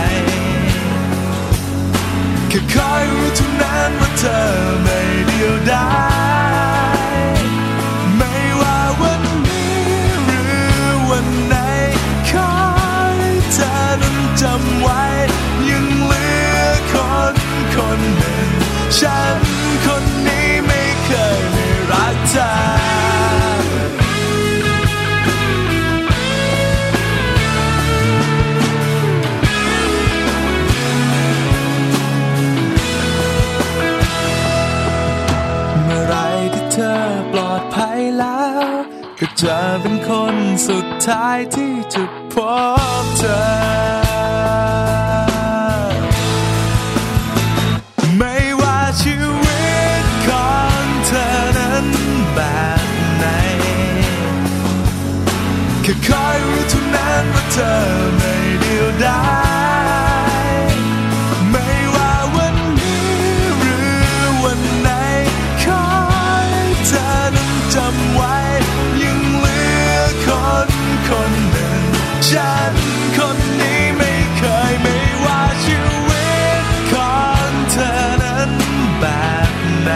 แค่คอยรู้เท่านั้นว่าเธอไม่เดียวดายไม่ว่าวันนี้หรือวันไหนขอให้เธอนั้นจำไว้ ยังเหลือคนคนหนึ่ง ฉันคนนี้ไม่เคยไม่รักเธอ เมื่อไหรที่เธอปลอดภัยแล้ว ก็เจะเป็นคนสุดท้ายที่จะพบเธอ ไม่ว่าชีวิตของเธอนั้นแบบไหน แค่คอยรู้เท่านั้นว่าเธอไม่เดียวดาย ไม่ว่าวันนี้หรือวันไหนขอให้เธอนั้นจำไว้ ยังเหลือคนคนหนึ่ง ฉันคนนี้ไม่เคยไม่ว่าชีวิตของเธอนั้นแบบไหน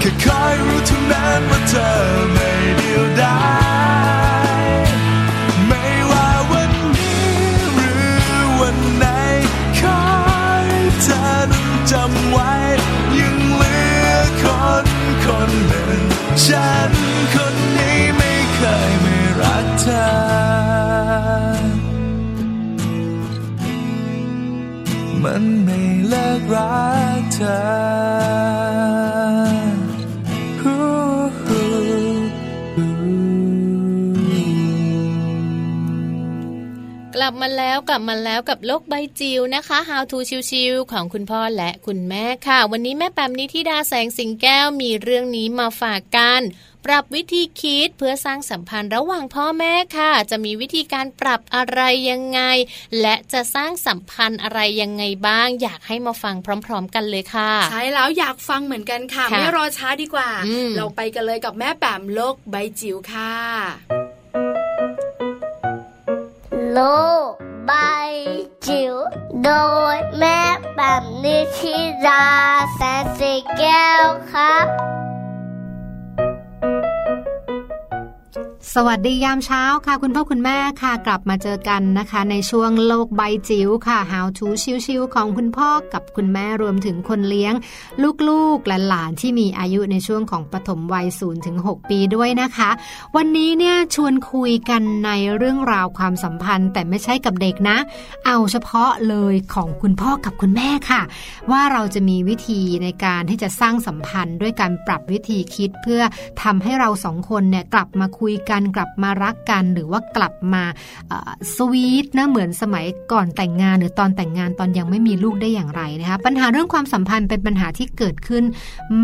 แค่คอยรู้เท่านั้นว่าเธอไม่เดียวดาย ไม่ว่าวันนี้หรือวันไหนขอให้เธอนั้นจำไว้ ยังเหลือคนคนหนึ่ง ฉันคนนี้ไม่เคยไม่รักเธอ มันไม่เลิกรักเธ อฮู้ฮู้ฮู้ กลับมาแล้วกลับมาแล้วกับโลกใบจิ๋วนะคะ How to ชิวๆของคุณพ่อและคุณแม่ค่ะ วันนี้แม่แปมนิธิดาแสงสิงแก้วมีเรื่องนี้มาฝากกัน ปรับวิธีคิดเพื่อสร้างสัมพันธ์ระหว่างพ่อแม่ค่ะ จะมีวิธีการปรับอะไรยังไง และจะสร้างสัมพันธ์อะไรยังไงบ้าง อยากให้มาฟังพร้อม ๆ กันเลยค่ะ ใช่แล้วอยากฟังเหมือนกันค่ะ ค่ะ ไม่รอช้าดีกว่า อืม เราไปกันเลยกับแม่แปมโลกใบจิ๋วค่ะ โลกใบจิ๋วโดยแม่แบบนิชิราแสนสีแก้วครับ สวัสดียามเช้าค่ะ คุณพ่อคุณแม่ค่ะ กลับมาเจอกันนะคะ ในช่วงโลกใบจิ๋วค่ะ How to ชิวๆของคุณพ่อกับคุณแม่รวมถึงคนเลี้ยง ลูกๆและหลานที่มีอายุในช่วงของปฐมวัย0ถึง6ปีด้วยนะคะ วันนี้เนี่ยชวนคุยกันในเรื่องราวความสัมพันธ์ แต่ไม่ใช่กับเด็กนะ เอาเฉพาะเลยของคุณพ่อกับคุณแม่ค่ะ ว่าเราจะมีวิธีในการที่จะสร้างสัมพันธ์ ด้วยการปรับวิธีคิดเพื่อทำให้เราสองคนเนี่ยกลับมาคุยกัน กลับมารักกัน หรือว่ากลับมาเอ่อสวีทนะเหมือนสมัยก่อนแต่งงาน หรือตอนแต่งงานตอนยังไม่มีลูกได้อย่างไรนะคะปัญหาเรื่องความสัมพันธ์เป็นปัญหาที่เกิดขึ้น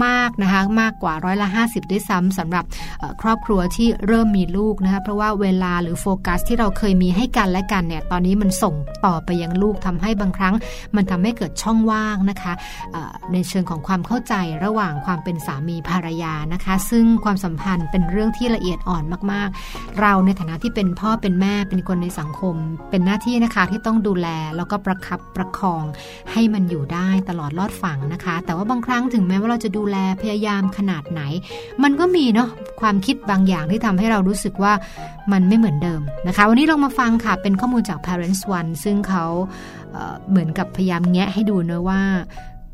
มากนะคะมากกว่าร้อยละ50ด้วยซ้ำสำหรับ เอ่อครอบครัวที่เริ่มมีลูกนะคะเพราะว่าเวลาหรือโฟกัสที่เราเคยมีให้กันและกันเนี่ยตอนนี้มันส่งต่อไปยังลูกทำให้บางครั้ง มันทำให้เกิดช่องว่างนะคะเอ่อในเชิงของความเข้าใจระหว่างความเป็นสามีภรรยานะคะ ซึ่งความสัมพันธ์เป็นเรื่องที่ละเอียดอ่อนมากๆ เราในฐานะที่เป็นพ่อเป็นแม่เป็นคนในสังคม เป็นหน้าที่นะคะที่ต้องดูแลแล้วก็ประคับประคอง ให้มันอยู่ได้ตลอดรอดฝั่งนะคะ แต่ว่าบางครั้งถึงแม้ว่าเราจะดูแลพยายามขนาดไหน มันก็มีเนาะความคิดบางอย่างที่ทำให้เรารู้สึกว่ามันไม่เหมือนเดิมนะคะ วันนี้ลองมาฟังค่ะ เป็นข้อมูลจาก Parents One ซึ่งเขาเอ่อเหมือนกับพยายามแงะให้ดูเนะว่า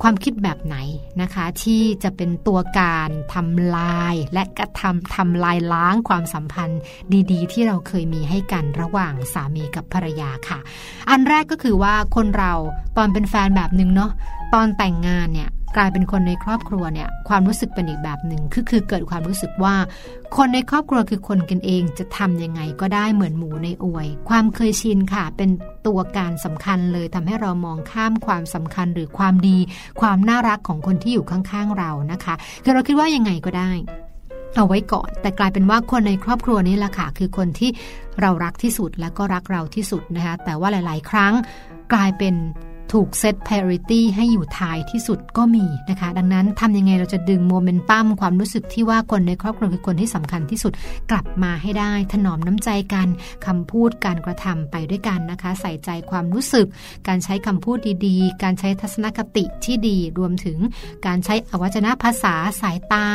ความคิดแบบไหนนะคะ ที่จะเป็นตัวการทำลาย และกระทำทำลายล้างความสัมพันธ์ดีๆ ที่เราเคยมีให้กันระหว่างสามีกับภรรยาค่ะ อันแรกก็คือว่าคนเราตอนเป็นแฟนแบบหนึ่งเนาะตอนแต่งงานเนี่ยกลายเป็นคนในครอบครัวเนี่ยความรู้สึกเป็นอีกแบบหนึ่งคือคือเกิดความรู้สึกว่า คนในครอบครัวคือคนกันเองจะทำยังไงก็ได้เหมือนหมูในอวย ความเคยชินค่ะ เป็นตัวการสำคัญเลยทำให้เรามองข้ามความสำคัญหรือความดี ความน่ารักของคนที่อยู่ข้างๆเรานะคะคือเราคิดว่ายังไงก็ได้ เอาไว้ก่อน แต่กลายเป็นว่าคนในครอบครัวนี่แหละค่ะ คือคนที่เรารักที่สุดและก็รักเราที่สุดนะคะ แต่ว่าหลาย ๆ ครั้งกลายเป็นถูกเซต priority ให้อยู่ท้ายที่สุดก็มีนะคะ ดังนั้นทำยังไงเราจะดึงโมเมนตัมความรู้สึกที่ว่าคนในครอบครัวคือคนที่สำคัญที่สุดกลับมาให้ได้ ถนอมน้ำใจกันคำพูดการกระทำไปด้วยกันนะคะ ใส่ใจความรู้สึก การใช้คำพูดดีๆ การใช้ทัศนคติที่ดีรวมถึง การใช้อวัจนภาษาสายตา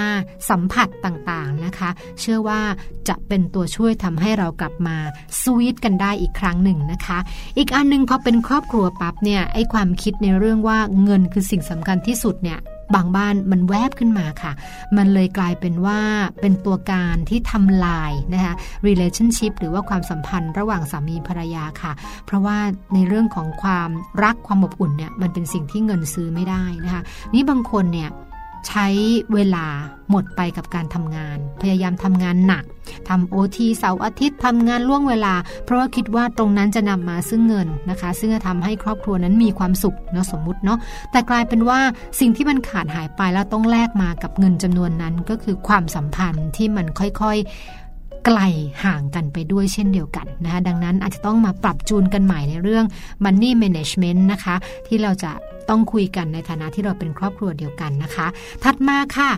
สัมผัสต่างๆนะคะ เชื่อว่าจะเป็นตัวช่วยทำให้เรากลับมาสวีทกันได้อีกครั้งหนึ่งนะคะ อีกอันหนึงพอเป็นครอบครัวปั๊บเนี่ยไอ้ความคิดในเรื่องว่าเงินคือสิ่งสำคัญที่สุดเนี่ยบางบ้านมันแวบขึ้นมาค่ะ มันเลยกลายเป็นว่าเป็นตัวการที่ทำลายนะคะ relationship หรือว่าความสัมพันธ์ระหว่างสามีภรรยาค่ะ เพราะว่าในเรื่องของความรักความอบอุ่นเนี่ยมันเป็นสิ่งที่เงินซื้อไม่ได้นะคะ นี่บางคนเนี่ยใช้เวลาหมดไปกับการทำงาน พยายามทำงานหนักทำโอทีเสาร์อาทิตย์ทำงานล่วงเวลา เพราะว่าคิดว่าตรงนั้นจะนำมาซึ่งเงินนะคะ ซึ่งจะทำให้ครอบครัวนั้นมีความสุขเนาะสมมุติเนาะแต่กลายเป็นว่าสิ่งที่มันขาดหายไปแล้วต้องแลกมากับเงินจำนวนนั้นก็คือความสัมพันธ์ที่มันค่อยๆไกลห่างกันไปด้วยเช่นเดียวกันนะคะดังนั้นอาจจะต้องมาปรับจูนกันใหม่ในเรื่อง Money Management นะคะ ที่เราจะต้องคุยกันในฐานะที่เราเป็นครอบครัวเดียวกันนะคะ ถัดมาค่ะ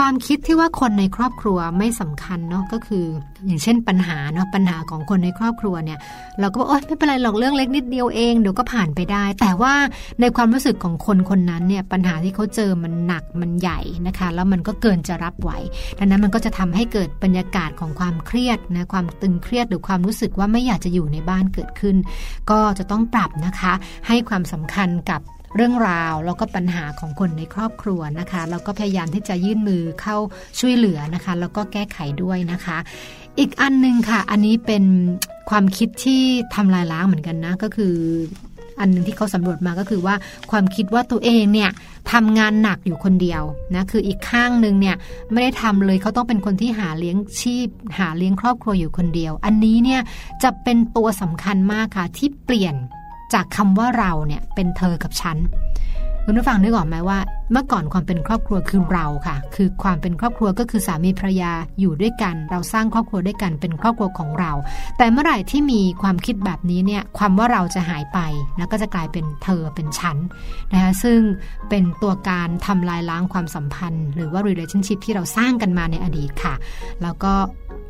ความคิดที่ว่าคนในครอบครัวไม่สำคัญเนาะก็คือ อย่างเช่นปัญหาเนาะปัญหาของคนในครอบครัวเนี่ย เราก็บอกโอ๊ยไม่เป็นไรหรอกเรื่องเล็กนิดเดียวเองเดี๋ยวก็ผ่านไปได้ แต่ว่าในความรู้สึกของคนคนนั้นเนี่ยปัญหาที่เขาเจอมันหนักมันใหญ่นะคะ แล้วมันก็เกินจะรับไหว ดังนั้นมันก็จะทำให้เกิดบรรยากาศของความเครียดนะความตึงเครียดหรือความรู้สึกว่าไม่อยากจะอยู่ในบ้านเกิดขึ้น ก็จะต้องปรับนะคะ ให้ความสำคัญกับเรื่องราว แล้วก็ปัญหาของคนในครอบครัวนะคะแล้วก็พยายามที่จะยื่นมือเข้าช่วยเหลือนะคะ แล้วก็แก้ไขด้วยนะคะ อีกอันหนึงค่ะ อันนี้เป็นความคิดที่ทำลายล้างเหมือนกันนะ ก็คือ อ อันหนึ่งที่เขาสำรวจมาก็คือว่าความคิดว่าตัวเองเนี่ยทำงานหนักอยู่คนเดียวนะคืออีกข้างหนึ่งเนี่ยไม่ได้ทำเลยเขาต้องเป็นคนที่หาเลี้ยงชีพ หาเลี้ยงครอบครัวอยู่คนเดียว อันนี้เนี่ยจะเป็นตัวสำคัญมากค่ะที่เปลี่ยนจากคำว่าเราเนี่ยเป็นเธอกับฉัน คุณผู้ฟังนึกออกไหมว่า เมื่อก่อนความเป็นครอบครัวคือเราค่ะ คือความเป็นครอบครัวก็คือสามีภรรยาอยู่ด้วยกัน เราสร้างครอบครัวด้วยกันเป็นครอบครัวของเรา แต่เมื่อไหร่ที่มีความคิดแบบนี้เนี่ยความว่าเราจะหายไปแล้วก็จะกลายเป็นเธอเป็นฉันนะคะซึ่งเป็นตัวการทำลายล้างความสัมพันธ์ หรือว่า relationship ที่เราสร้างกันมาในอดีตค่ะ แล้วก็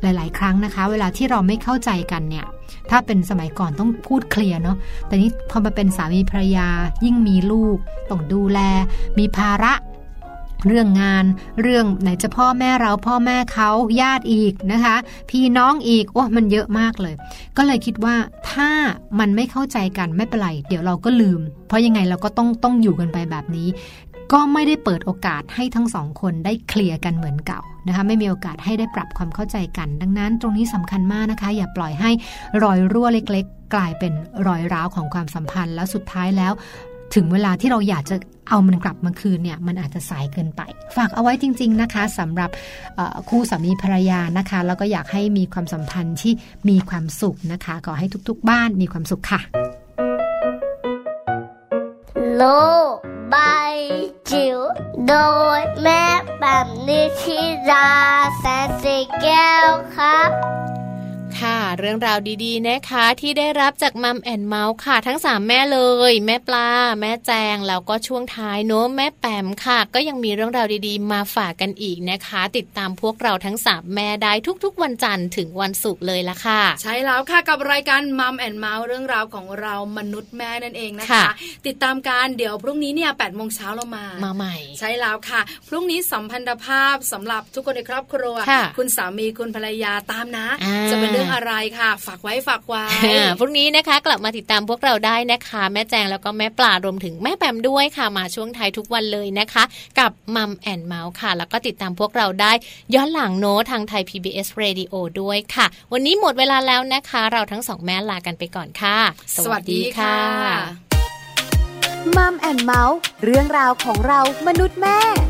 หลาย ๆ ครั้งนะคะ เวลาที่เราไม่เข้าใจกันเนี่ยถ้าเป็นสมัยก่อนต้องพูดเคลียร์เนาะ แต่นี้พอมาเป็นสามีภรรยายิ่งมีลูก ต้องดูแล มีภาระ เรื่องงาน เรื่องไหนจะพ่อแม่เราพ่อแม่เขาญาติอีกนะคะ พี่น้องอีกโอ้มันเยอะมากเลย ก็เลยคิดว่าถ้ามันไม่เข้าใจกันไม่เป็นไร เดี๋ยวเราก็ลืม เพราะยังไงเราก็ต้องต้องอยู่กันไปแบบนี้ ก็ไม่ได้เปิดโอกาสให้ทั้งสองคนได้เคลียร์กันเหมือนเก่านะคะ ไม่มีโอกาสให้ได้ปรับความเข้าใจกัน ดังนั้นตรงนี้สำคัญมากนะคะ อย่าปล่อยให้รอยรั่วเล็กๆ กลายเป็นรอยร้าวของความสัมพันธ์แล้วสุดท้ายแล้ว ถึงเวลาที่เราอยากจะเอามันกลับมาคืนเนี่ยมันอาจจะสายเกินไป ฝากเอาไว้จริง ๆนะคะสำหรับเอ่อคู่สามีภรรยานะคะ แล้วก็อยากให้มีความสัมพันธ์ที่มีความสุขนะคะขอให้ทุกๆ บ้านมีความสุขค่ะ โลกใบจิ๋วโดยแม่แบบนิชิราแสนสีแก้วครับ ค่ะ เรื่องราวดีๆนะคะที่ได้รับจากมัมแอนเมาส์ค่ะ ทั้ง 3 แม่เลย แม่ปลา แม่แจง แล้วก็ช่วงท้ายเนอะแม่แปมค่ะ ก็ยังมีเรื่องราวดีๆ มาฝากกันอีกนะคะ ติดตามพวกเราทั้ง 3 แม่ได้ทุกๆ วันจันทร์ถึงวันศุกร์เลยละค่ะ ใช่แล้วค่ะกับรายการมัมแอนเมาส์เรื่องราวของเรามนุษย์แม่นั่นเองนะคะ ค่ะ ติดตามการเดี๋ยวพรุ่งนี้เนี่ยแปดโมงเช้าเรามา มาใหม่ ใช่แล้วค่ะ พรุ่งนี้สัมพันธภาพสำหรับทุกคนในครอบครัว ค่ะ ณสามีคุณภรรยาตามนะ อ่า จะเป็นเรื่องอะไรค่ะ ฝากไว้ฝากไว้ อ่ าพรุ่งนี้นะคะกลับมาติดตามพวกเราได้นะคะ แม่แจงแล้วก็แม่ปลารวมถึงแม่แปมด้วยค่ะมาช่วงท้ายทุกวันเลยนะคะ กับมัมแอนเมาส์ค่ะ แล้วก็ติดตามพวกเราได้ ย้อนหลังโน้ตทางไทย PBS Radio ด้วยค่ะ วันนี้หมดเวลาแล้วนะคะ เราทั้งสองแม่ลากันไปก่อนค่ะ สวัสดีค่ะ มัมแอนเมาส์เรื่องราวของเรามนุษย์แม่